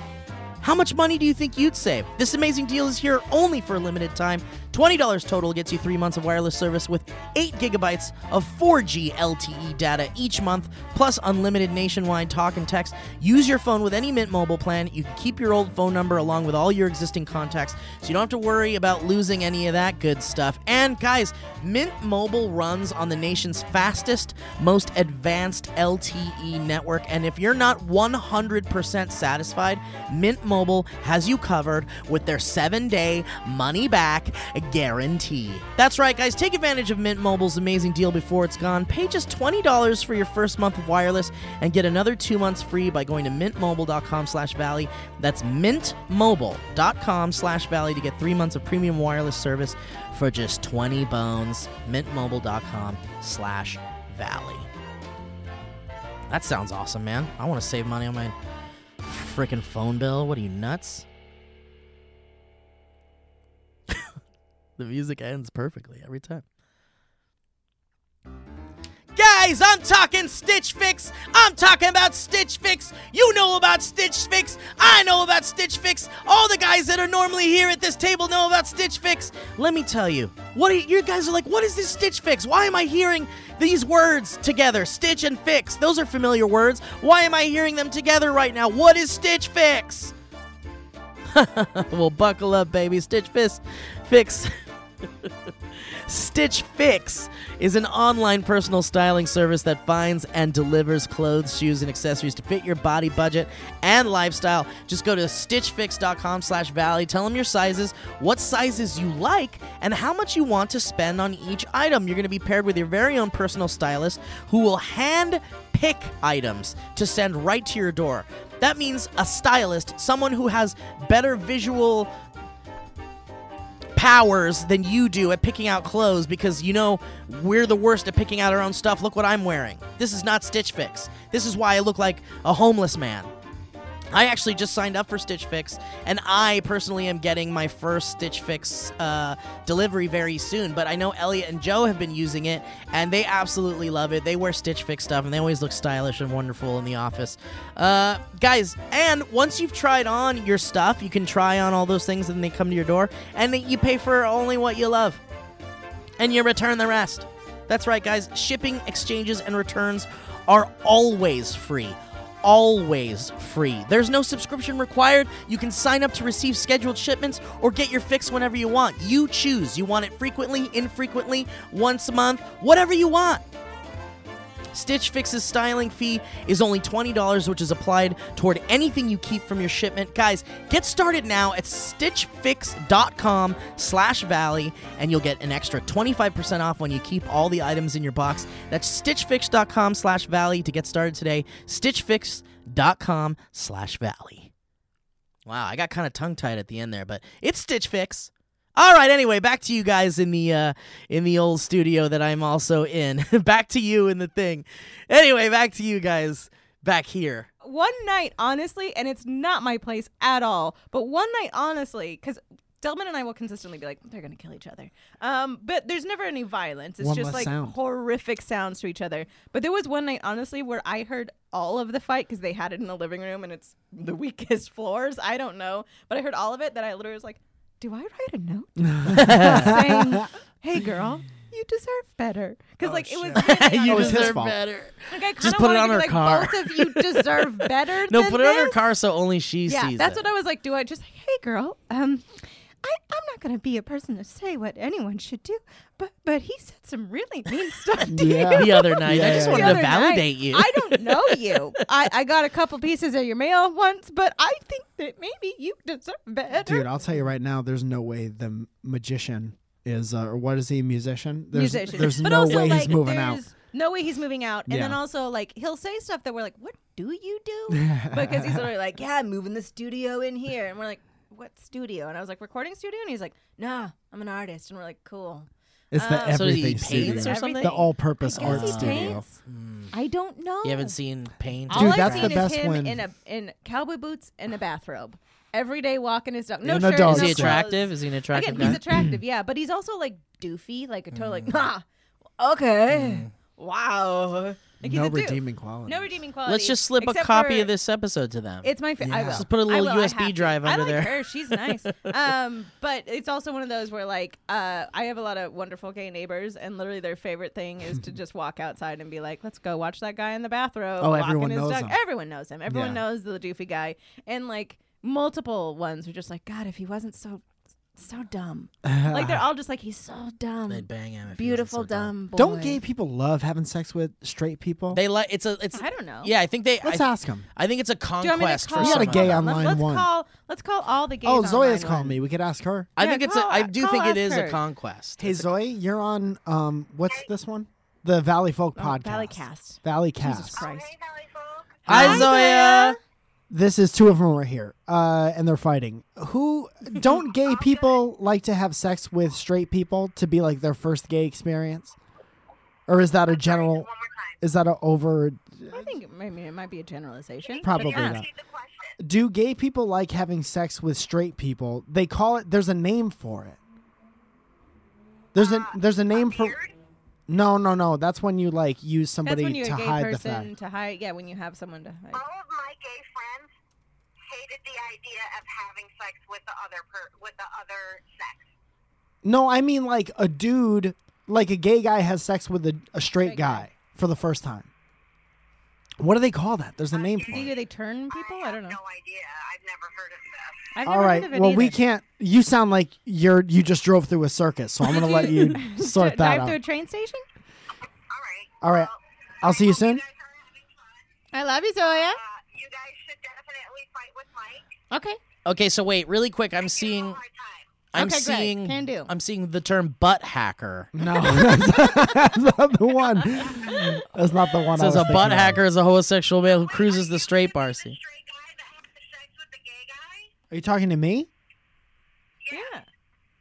How much money do you think you'd save? This amazing deal is here only for a limited time. $20 total gets you three months of wireless service with 8 gigabytes of 4G LTE E data each month, plus unlimited nationwide talk and text. Use your phone with any Mint Mobile plan. You can keep your old phone number along with all your existing contacts, so you don't have to worry about losing any of that good stuff. And guys, Mint Mobile runs on the nation's fastest, most advanced LTE network. And if you're not 100% satisfied, Mint Mobile has you covered with their seven day money back guarantee. That's right, guys. Take advantage of Mint Mobile's amazing deal before it's gone. Pay just $20 for your first month of wireless and get another two months free by going to mintmobile.com slash valley. That's mintmobile.com slash valley to get three months of premium wireless service for just 20 bones. mintmobile.com slash valley. That sounds awesome, man. I want to save money on my freaking phone bill. What are you, nuts? the music ends perfectly every time. Guys, I'm talking Stitch Fix. I'm talking about Stitch Fix. You know about Stitch Fix. I know about Stitch Fix. All the guys that are normally here at this table know about Stitch Fix. Let me tell you, what are you, you guys are like? What is this Stitch Fix? Why am I hearing these words together? Stitch and Fix. Those are familiar words. Why am I hearing them together right now? What is Stitch Fix? well, buckle up, baby. Stitch Fix. Fix. Stitch Fix is an online personal styling service that finds and delivers clothes, shoes, and accessories to fit your body budget and lifestyle. Just go to stitchfix.com slash valley. Tell them your sizes, what sizes you like, and how much you want to spend on each item. You're going to be paired with your very own personal stylist who will hand pick items to send right to your door. That means a stylist, someone who has better visual powers than you do at picking out clothes because you know we're the worst at picking out our own stuff. Look what I'm wearing. This is not Stitch Fix. This is why I look like a homeless man. I actually just signed up for Stitch Fix, and I personally am getting my first Stitch Fix uh, delivery very soon. But I know Elliot and Joe have been using it, and they absolutely love it. They wear Stitch Fix stuff, and they always look stylish and wonderful in the office. Uh, guys, and once you've tried on your stuff, you can try on all those things, and they come to your door, and you pay for only what you love and you return the rest. That's right, guys. Shipping, exchanges, and returns are always free. Always free. There's no subscription required. You can sign up to receive scheduled shipments or get your fix whenever you want. You choose. You want it frequently, infrequently, once a month, whatever you want. Stitch Fix's styling fee is only $20, which is applied toward anything you keep from your shipment. Guys, get started now at stitchfix.com slash valley, and you'll get an extra 25% off when you keep all the items in your box. That's stitchfix.com slash valley to get started today. stitchfix.com slash valley. Wow, I got kind of tongue tied at the end there, but it's Stitch Fix. All right. Anyway, back to you guys in the uh, in the old studio that I'm also in. back to you in the thing. Anyway, back to you guys back here.
one night honestly and it's not my place at all but one night honestly because delman and i will consistently be like they're gonna kill each other um, but there's never any violence it's
One
just
less
like
sound.
horrific sounds to each other but there was one night honestly where i heard all of the fight because they had it in the living room and it's the weakest floors i don't know but i heard all of it that i literally was like do i write a note saying hey girl you deserve better because like it was really
you
on-
was his
deserve
fault.
better.
like, I
Just
kinda
put it
wanted
on
to be
her
like,
car.
Both of you deserve better.
No,
than
put it on her
this."
car so only she
yeah,
sees.
that's
it.
what I was like. Do I just, hey girl, um, I I'm not gonna be a person to say what anyone should do, but but he said some really mean stuff to
Yeah.
you.
the other night. I
Yeah,
just
yeah,
wanted
The
to
other night.
validate you.
I don't know you. I, I got a couple pieces of your mail once, but I think that maybe you deserve better.
Dude, I'll tell you right now, there's no way the magician is, uh, or what is he, musician? There's,
musician.
There's
but
no
also,
way
like,
he's moving out.
there's No way he's moving out. And then
Yeah.
also, like, he'll say stuff that we're like, what do you do? because he's literally like, yeah, I'm moving the studio in here. And we're like, what studio? And I was like, recording studio? And he's like, nah, I'm an artist. And we're like, cool.
It's the
Um,
So does he
everything
paint or
studio.
something?
The all-purpose
I guess
art
he
studio. Hmm.
paints. I don't know.
you haven't seen paint.
All
Dude,
I've
that's
seen
the
is
best
him
one.
in a in cowboy boots and a bathrobe. Every day walking his dog. No,
And a
shirt,
dog
Is
no
he
Those
attractive?
clothes.
Is he an attractive
Again,
guy?
he's attractive, yeah, but he's also like doofy, like a total like, ha, okay, wow. Like, he's
No
a doof.
redeeming quality.
No redeeming quality.
Let's just slip a
except
copy
for-
of this episode to them.
It's my favorite. I
Yeah.
will.
Just
put a little
I will, I
USB
have to.
drive under
I like
there.
Her. She's nice. um, but it's also one of those where like uh, I have a lot of wonderful gay neighbors, and literally their favorite thing is to just walk outside and be like, "Let's go watch that guy in the bathroom."
Oh,
walking
everyone
his
knows
dog."
him.
Everyone knows him. Everyone
Yeah.
knows the doofy guy, and like multiple ones are just like, "God, if he wasn't so." So dumb. like they're all just like he's so dumb,
They'd bang him. If he wasn't
beautiful
so dumb.
dumb boy.
Don't gay people love having sex with straight people?
They like it's a it's.
I don't know.
Yeah, I think they.
Let's
I,
ask them.
I think it's a
Do you want me to
conquest
call?
for
We had a
some
gay
of
on-
them.
online
let's
one.
Call, let's call all the gays.
Oh, Zoya's
online
calling
one.
me. We could ask her.
I
Yeah,
think it's.
call-
A, I do
call
think it
ask
is
her.
a conquest.
Hey Zoe, you're on um what's this one? The Valley Folk
Oh,
podcast.
Valley Cast.
Valley
Jesus
Cast.
Christ.
Hi,
Hi,
Zoya.
This is two of them right here. Uh and they're fighting. Who don't gay people like to have sex with straight people to be like their first gay experience? Or is that a general is that a over
I think it- I mean, it might be a generalization. but
probably
yeah.
not. Do gay people like having sex with straight people? They call it there's a name for it. There's a there's a name for No, no, no. That's when you like use
That's
somebody
when you're
to
a gay
hide the fact.
person to hide. Yeah, when you have someone to hide.
All of my gay friends hated the idea of having sex with the other per- with the other sex.
No, I mean like a dude, like a gay guy has sex with a, a straight, guy, for the first time. What do they call that? There's a name for
Do you-
it.
they turn people? I, don't know.
No idea. I've never heard of this.
I've
All
never
right.
heard of it
Well, we
either.
can't. You sound like you're you just drove through a circus, so I'm gonna let you sort that
Drive through a
out.
train station.
All
All right.
right. I'll see you soon.
You guys are having fun.
I love you, Zoya.
Uh, you guys should definitely fight with Mike.
Okay.
Okay, so wait, really quick. I'm
Give him
seeing.
a hard time.
I'm
Okay, great.
seeing.
Can do.
I'm seeing the term butt hacker.
No, that's, not the one. That's not the one. I was
Says a
thinking
butt
of.
hacker is a homosexual male who cruises the straight bar scene.
Straight guy that has sex with the gay guy.
Are you talking to me?
Yeah.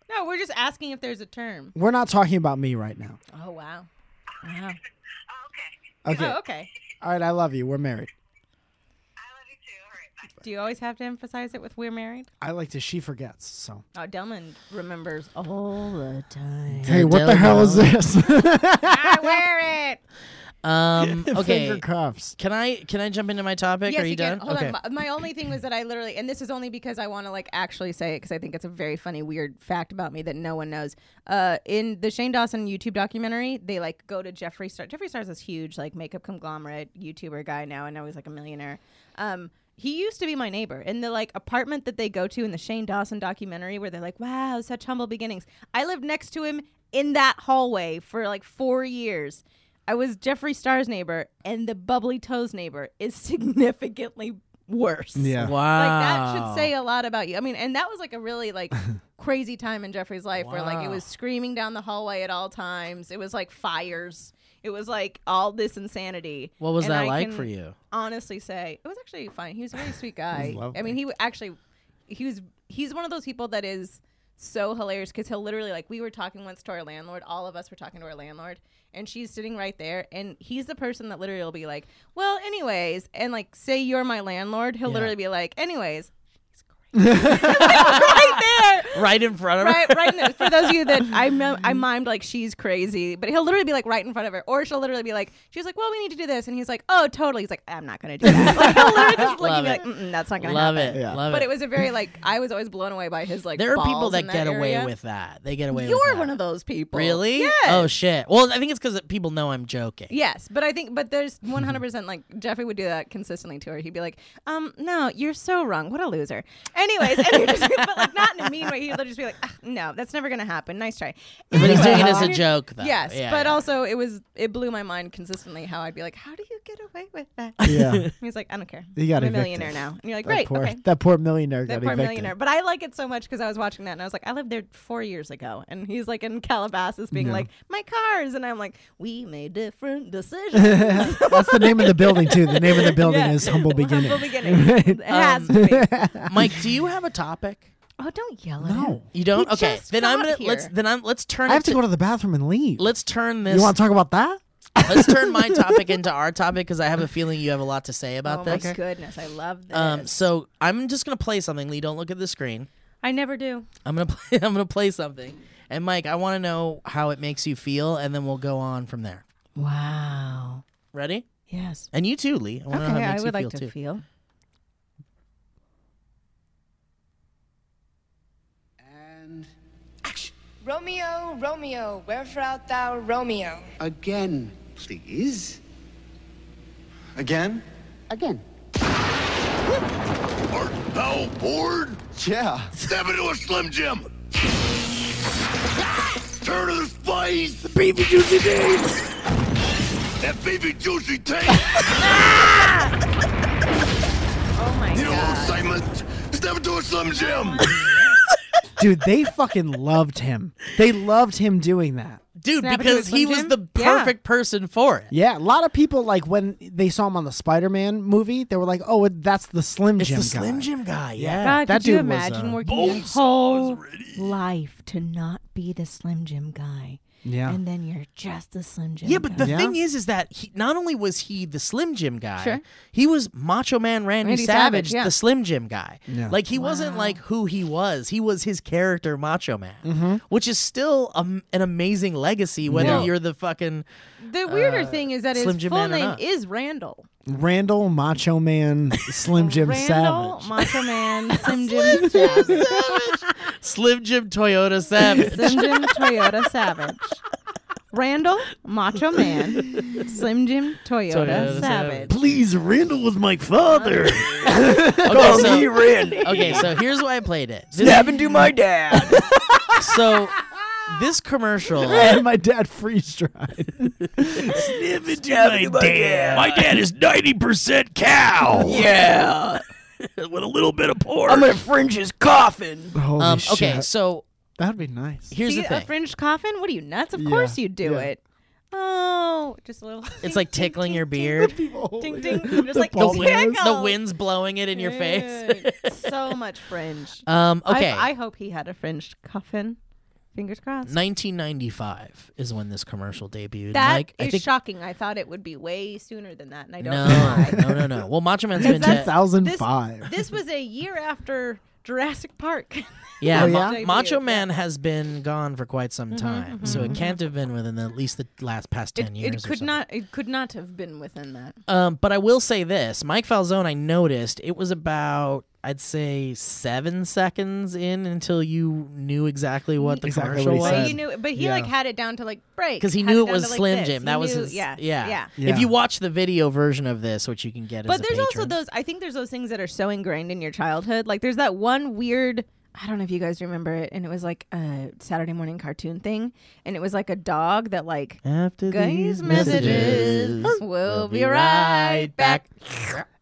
No, we're just asking if there's a term.
We're not talking about me right now.
Oh wow. Wow.
Okay.
Okay.
Oh, okay.
All right. I love you. We're married.
I love you too. All right. Bye.
Do you always have to emphasize it with "we're married"?
I like to. She forgets. So.
Oh, Delman remembers all the time.
Hey, what the hell is this?
I wear it.
Um.
Finger
Okay.
cuffs.
Can I can I jump into my topic?
Yes,
Are you,
can.
done?
Hold
okay.
on. My, my only thing was that I literally, and this is only because I want to like actually say it because I think it's a very funny, weird fact about me that no one knows. Uh, in the Shane Dawson YouTube documentary, they like go to Jeffree Star. Jeffree Star's this huge like makeup conglomerate YouTuber guy now, and now he's like a millionaire. Um, he used to be my neighbor in the like apartment that they go to in the Shane Dawson documentary where they're like, wow, such humble beginnings. I lived next to him in that hallway for like four years. I was Jeffree Star's neighbor, and the bubbly toes neighbor is significantly worse.
Yeah.
Like that
Wow.
should say a lot about you. I mean, and that was like a really like crazy time in Jeffrey's life where like it
Wow.
was screaming down the hallway at all times. It was like fires. It was like all this insanity.
What was
And
that
I
like
can
for you?
Honestly, say it was actually fine. He was a very sweet guy. I
lovely.
mean, he w- actually he was he's one of those people that is so hilarious because he'll literally like we were talking once to our landlord all of us were talking to our landlord and she's sitting right there and he's the person that literally will be like well anyways and like say you're my landlord he'll
Yeah.
literally be like anyways right there
right in front of her.
right right in there for those of you that i mim- i mimed like she's crazy but he'll literally be like right in front of her or she'll literally be like she's like well we need to do this and he's like oh totally he's like i'm not gonna do that like he'll literally just look
Love
and be
it.
like Mm-mm, that's not gonna
Love
happen
it. Yeah. Love
but
it.
it was a very like i was always blown away by his like
there are people
balls
that
in
get away
area.
with that. They get away with
you're
that.
one of those people
Really?
yes.
Oh shit. Well, I think it's because people know I'm joking.
Yes, but I think, but there's 100% like Jeffrey would do that consistently to her. He'd be like, um, no, you're so wrong. What a loser. Anyways, and he'd just, but like not in a mean way. He'd literally just be like, "Ugh, no, that's never going to happen. Nice try.
But he's doing it
Anyway.
as a joke, though.
Yes,
Yeah,
but
yeah.
also it was, it blew my mind consistently how I'd be like, how do you get away with that?
Yeah.
He's like, I don't care.
He
I'm
got
a
evicted.
millionaire now. And you're like,
That
great.
poor-
okay.
That poor millionaire
That
got
poor
evicted.
millionaire. But I like it so much because I was watching that and I was like, I lived there four years ago. And he's like in Calabasas being
Yeah.
like, my cars. And I'm like, we made different decisions.
That's the name of the building too. The name of the building is Humble Um, Beginnings.
Beginnings. It has
to
Mike, do you have a topic?
Oh, don't yell at him.
You don't?
He
okay.
just
Then I'm
got
gonna let's
here.
then I'm let's turn.
I
it
have to go to the bathroom and leave.
Let's turn this.
You want to talk about that?
let's turn my topic into our topic because I have a feeling you have a lot to say about
oh
this.
my goodness, I love this.
Um. So I'm just gonna play something. Lee, don't look at the screen.
I never do.
I'm gonna play. I'm gonna play something. And Mike, I want to know how it makes you feel, and then we'll go on from there.
Wow.
Ready?
Yes.
And you too, Lee. I want to know how
Okay,
it
I
makes
would
you
like
feel
to
too.
feel.
Romeo, Romeo, wherefore art thou, Romeo?
Again, please. Again? Again. Art thou bored? Yeah. Step into a Slim Jim. Turn to the spice. Baby juicy taste. That baby juicy taste.
Ah! Oh my Oh
you know, Simon, step into a Slim Jim.
Dude, they fucking loved him. They loved him doing that.
Dude,
Snap into
because
his Slim
he was
Jim?
the
Yeah.
perfect person for it.
Yeah, a lot of people like when they saw him on the Spider-Man movie, they were like, "Oh, that's the Slim Jim
the Slim
guy."
Jim guy.
Yeah,
God,
that
could you
dude was,
imagine
uh,
working your whole life to not be the Slim Jim guy?
Yeah.
And then you're just the Slim Jim
Yeah, but the
guy.
thing is, is that he, not only was he the Slim Jim guy,
Sure.
he was Macho Man Randy,
Randy
Savage,
Savage, yeah.
the Slim Jim guy.
Yeah.
Like he wasn't like who he was; he was his character, Macho Man,
Mm-hmm.
which is still um, an amazing legacy. Whether
Yeah.
you're the fucking
The weirder
uh,
thing is that
Slim
his
Jim
full
Man or
name
not.
is Randall.
Randall Macho Man Slim Jim
Randall
Savage.
Macho Man Slim Jim Savage.
Slim Jim Toyota Savage.
Slim Jim Toyota Savage. Randall Macho Man Slim Jim Toyota,
Toyota
Savage.
Please, Randall was my father.
Okay,
Call
so-
me Randy.
Okay, so here's why I played it. This-
Snap into my dad.
so this commercial.
and my dad freeze dried.
Snap into my, dad. My dad is 90% cow. Yeah. With a little bit of pork. I'm going to fringe his coffin.
Holy
Um,
shit!
okay, so
that'd be nice.
here's
See
the thing.
a fringed coffin? What are you nuts? Of
Yeah,
course you do
yeah.
it. Oh, just a little.
It's like tickling your beard.
ding ding. I'm just like
The, wind, the
tickle.
wind's blowing it in your face.
Dude, so much fringe.
Um,
I-
okay.
I, hope he had a fringed coffin. Fingers crossed.
1995 is when this commercial debuted.
That is
Mike, I think
shocking. I thought it would be way sooner than that, and I don't know
no,
why.
no, no, no. Well, Macho Man's been
It's
dead.
2005.
This was a year after Jurassic Park.
Yeah,
Oh,
Ma-
yeah? Mm-hmm,
Macho Man has been gone for quite some time, so it can't have been within the, at least the last past ten
it,
years.
it
or
could
so.
not. It could not have been within that.
Um, but I will say this: Mike Falzone, I noticed it was about I'd say seven seconds in until you knew exactly what the
Exactly
commercial
what
was.
he
But
said.
you knew, but he like
Yeah.
had it down to like break
because he
had
knew it
down
was
to, like,
Slim
this.
Jim.
He
That was
knew-
his.
yeah,
yeah,
yeah.
If
Yeah.
you watch the video version of this, which you can get, as
But
a
there's also
patron.
those. I think there's those things that are so ingrained in your childhood. Like there's that one weird. I don't know if you guys remember it, and it was like a Saturday morning cartoon thing, and it was like a dog that like
After
these messages, we'll be right back.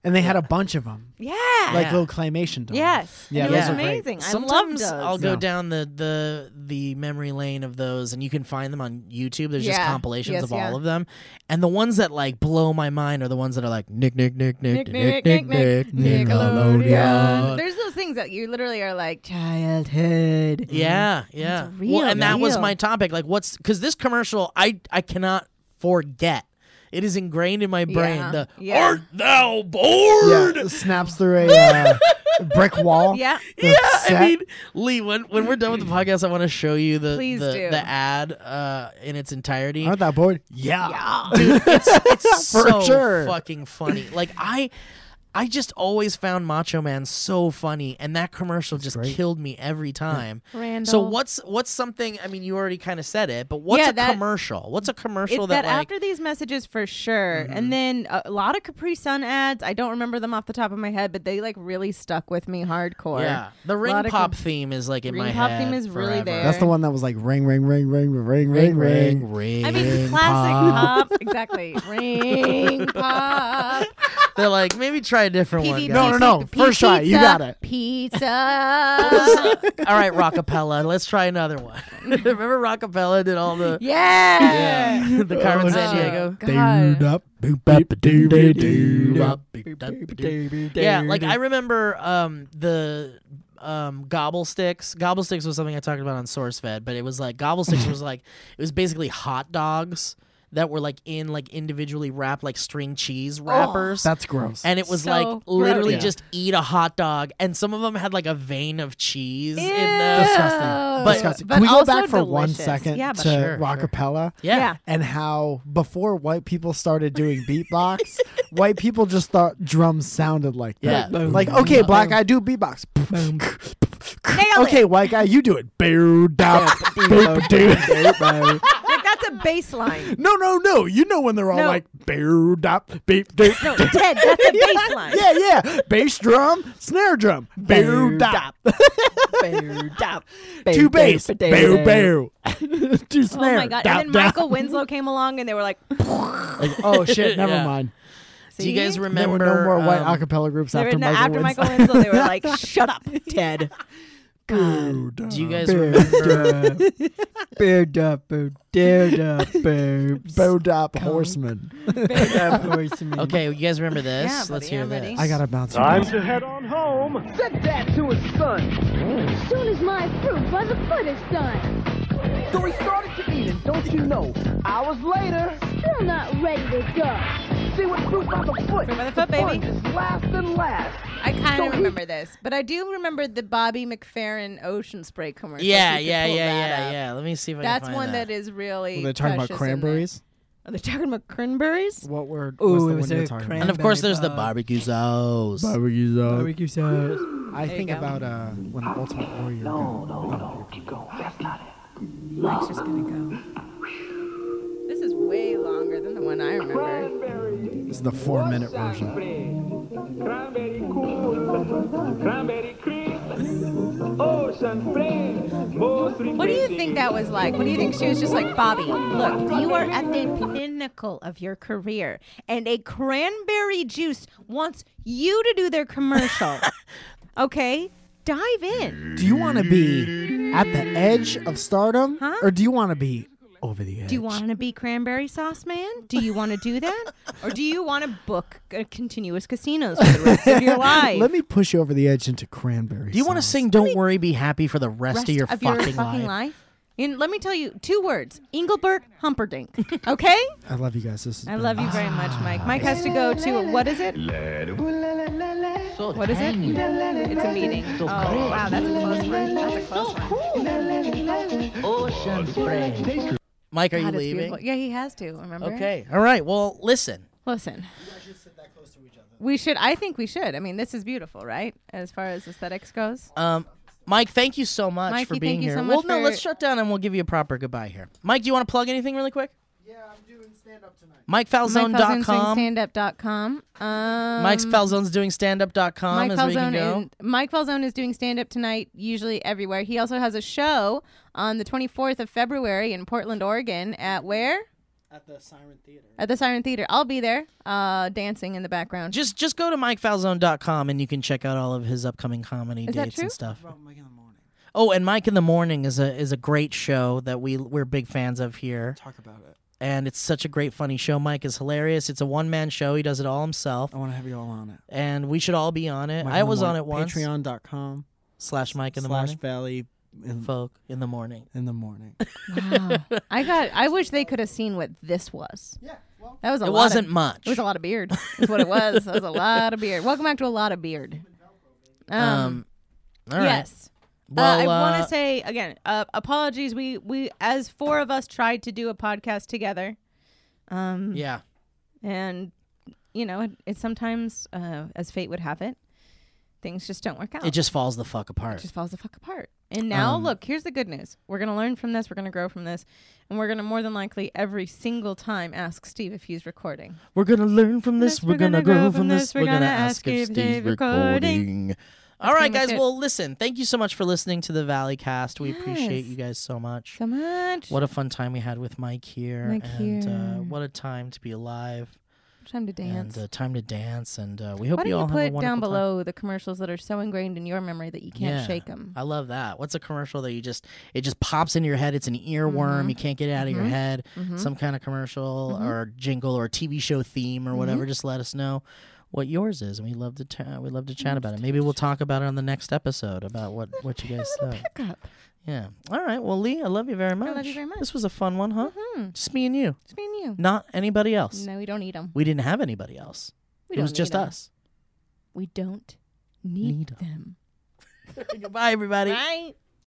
And they had a bunch of them.
Yeah,
Like little claymation dolls.
Yes.
Yeah,
And it was
those are great.
amazing. I love
Sometimes
those.
I'll go
Yeah.
down the, the the memory lane of those, and you can find them on YouTube. There's just
Yeah.
compilations
Yes,
of
yeah.
all of them, and the ones that like blow my mind are the ones that are like Nick Nick Nick Nick Nick Nick Nick Nick Nickelodeon.
There's those things that you literally are like childhood.
Yeah, yeah.
It's
well,
real,
and that was
real.
my topic. Like, what's because this commercial, I I cannot forget. It is ingrained in my brain.
Yeah,
The
yeah.
art thou bored?
Yeah, snaps through a uh, brick wall.
Yeah.
The
Yeah,
set.
I mean, Lee, when when we're done with the podcast, I want to show you the
Please
the,
do.
the ad uh, in its entirety.
Aren't that bored?
Yeah, dude, it's, it's
For
so
sure.
fucking funny. Like I, I just always found Macho Man so funny, and that commercial just killed me every time. So
Randall.
what's what's something? I mean, you already kind of said it, but what's
Yeah,
a
that-
commercial? What's a commercial
It's that,
like? Mm-hmm.
after these messages for sure, and then a, a lot of Capri Sun ads. I don't remember them off the top of my head, but they like really stuck with me hardcore.
yeah, the ring
Lot of
pop
Cap-
theme is like in
Ring
my
pop
head.
theme is really
forever.
there.
That's the one that was like ring, ring, ring, ring, ring, ring, ring.
ring, ring.
I mean, classic
pop.
pop, exactly. Ring pop.
They're like, maybe try a different one.
PVP,
guys.
No, no, no.
P-
First try. You
pizza,
got it.
Pizza.
all right, Rockapella, let's try another one. Remember Rockapella did all the
yeah.
yeah, the Carmen
Oh,
San
shit.
Diego.
God.
Yeah, like I remember um, the um, gobble sticks. Gobble sticks was something I talked about on SourceFed, but it was like gobble sticks was like it was basically hot dogs that were like in like individually wrapped like string cheese wrappers.
That's gross.
and it was
So
like literally
gross.
just eat a hot dog, and some of them had like a vein of cheese in them.
Disgusting.
But-
Disgusting.
but
Can we go
also
back for one
delicious.
second
Yeah,
to
but
Sure,
Rockapella?
Yeah.
Yeah.
and how before white people started doing beatbox, white people just thought drums sounded like that.
Yeah.
Like, okay, black guy, do beatbox.
Nailed
okay, white guy, you do it. Boo, da, boop, doo.
Like that's a baseline.
No, no, no. You know when they're all
No.
like, boo, dop, beep, doop.
No, Ted, that's a baseline.
Yeah, yeah. Bass drum, snare drum, boo, dop. Two bass, boo, boo. Two
Oh
snare.
my god.
dop,
and then
dop.
Michael Winslow came along and they were like,
Like, oh shit, never
Yeah.
mind.
See?
Do you guys
There
remember
were no more white
um,
a cappella groups
They were-
after
no,
Michael Winslow.
after Michael Winslow, they were like, shut up, Ted.
Boo, da,
Do you guys
boo,
remember?
Bear da boo, dare da boo, boo da horseman.
okay, you guys remember this?
Yeah,
Let's
buddy,
hear
I'm ready.
this.
I gotta bounce.
Time
around.
to head on home.
Said that to his son.
soon as my fruit by the foot is done.
So he started to eat it, don't you know? Hours later,
Still not ready to go.
see what fruit by the foot.
Fruit by the foot,
fun
baby.
Is last and last.
I kind
Don't
of
we-
remember this, but I do remember the Bobby McFerrin ocean spray commercial.
Yeah,
if you could
yeah, yeah,
pull that
yeah,
up.
yeah. Let me see if I
That's
can find
one
that.
that is really.
Were they talking about
precious in there.
cranberries?
Are they talking about cranberries?
What were? what's
Ooh, it
the
was
one you're
a
talking
cran-
And
about?
of course, there's the
Barbecue
barbecue sauce.
Barbecue sauce.
sauce.
I
There you
think
go.
about uh, when the Ultimate Warrior. No, no, no.
Mike's just gonna go. This is way longer than the one I remember.
This is the four-minute version.
Cranberry cool, cranberry cream, ocean flame, most
What do you think that was like? What do you think she was just like, Bobby? Look, you are at the pinnacle of your career, and a cranberry juice wants you to do their commercial. okay, dive in.
Do you want to be at the edge of stardom,
Huh?
or do you want to be over the edge?
Do you want to be cranberry sauce man? Do you want to do that, or do you want to book uh, continuous casinos for the rest of your life?
Let me push you over the edge into cranberry.
Do you want to
sauce.
sing "Don't Worry, Be Happy" for the rest,
rest
of your
of your
fucking,
fucking
life?
life. And let me tell you two words: Engelbert Humperdinck. Okay.
I love you guys. This is.
I love you very much, Mike. Mike has to go to what is it? What is it? It's a meeting. Oh wow, that's a close one. That's a close one.
Ocean spray.
Mike, are you
God, it's beautiful.
leaving?
Yeah, he has to. Remember?
Okay. All right. Well, listen.
Listen. We should. I think we should. I mean, this is beautiful, right? As far as aesthetics goes.
Um, Mike, thank you so much
Mikey,
for
thank
being
you
here.
so
well,
much
no,
for-
let's shut down and we'll give you a proper goodbye here. Mike, do you want to plug anything really quick?
Yeah, I'm doing stand up tonight.
MikeFalzone.com.
MikeFalzone'sDoingStandup.com. Um,
Mike's Falzone's doing standup.com
Mike
is where you can
Falzone
go.
is- Mike Falzone is doing stand up tonight, usually everywhere. He also has a show on the 24th of February in Portland, Oregon, at where?
At the Siren Theater.
At the Siren Theater. I'll be there, uh, dancing in the background.
Just just go to MikeFalzone.com and you can check out all of his upcoming comedy
Is that
dates
true?
and stuff. Oh, and Mike in the Morning is a is a great show that we we're big fans of here.
Talk about it.
And it's such a great funny show. Mike is hilarious. It's a one man show. He does it all himself. I
want to have you all on it.
And we should all be on it.
Oh. Mike
I
in the
was on
Morning.
it once.
Patreon.com
slash Mike in the
slash
morning.
Valley
folk in the morning.
In the morning.
Wow. I got. I wish they could have seen what this was. Yeah. That was a
It
lot
wasn't
of-
much.
It was a lot of beard. That's what it was. That was a lot of beard. Welcome back to a lot of beard.
Um, all right.
Yes.
Well,
uh, I want
uh,
to say again, uh, apologies. We we as four of us tried to do a podcast together. Um,
Yeah.
And you know, it, it sometimes, uh, as fate would have it, things just don't work out.
It just falls the fuck apart.
It just falls the fuck apart. And now,
Um,
look, here's the good news. We're going to learn from this. We're going to grow from this. And we're going to more than likely every single time ask Steve if he's recording.
We're gonna learn from this. We're, gonna, grow from this. We're gonna, ask if
Dave's
Steve's
recording.
recording. All
pretty
right,
much
guys.
it.
Well, listen. Thank you so much for listening to the Valley Cast. We appreciate
Yes.
you guys so much.
So much.
What a fun time we had with Mike here,
Mike
and Uh,
here.
what a time to be alive.
Time to dance.
And uh, time to dance. And uh, we hope
Why don't
you all
put
have a wonderful
down
time.
below the commercials that are so ingrained in your memory that you can't 'em.
Yeah, Uh,
shake them?
I love that. What's a commercial that you just it just pops into your head? It's an earworm.
Mhm.
You can't get it out of your
Mhm.
head.
Mhm.
Some kind of commercial
Mhm.
or jingle or TV show theme or whatever.
Mhm.
Just let us know what yours is, and we love to ta- we love to chat about it. Maybe we'll talk about it on the next episode about what what you guys thought.
Pickup.
Yeah. All right. Well, Lee, I love you very much.
love you very
This was a fun one, huh? Just me and you.
Just Mm-hmm. me and you.
Not anybody else.
No, we don't need them.
We didn't have anybody else.
We
it was
don't
just
need 'em.
us.
We don't need, them.
Goodbye, everybody.
Bye.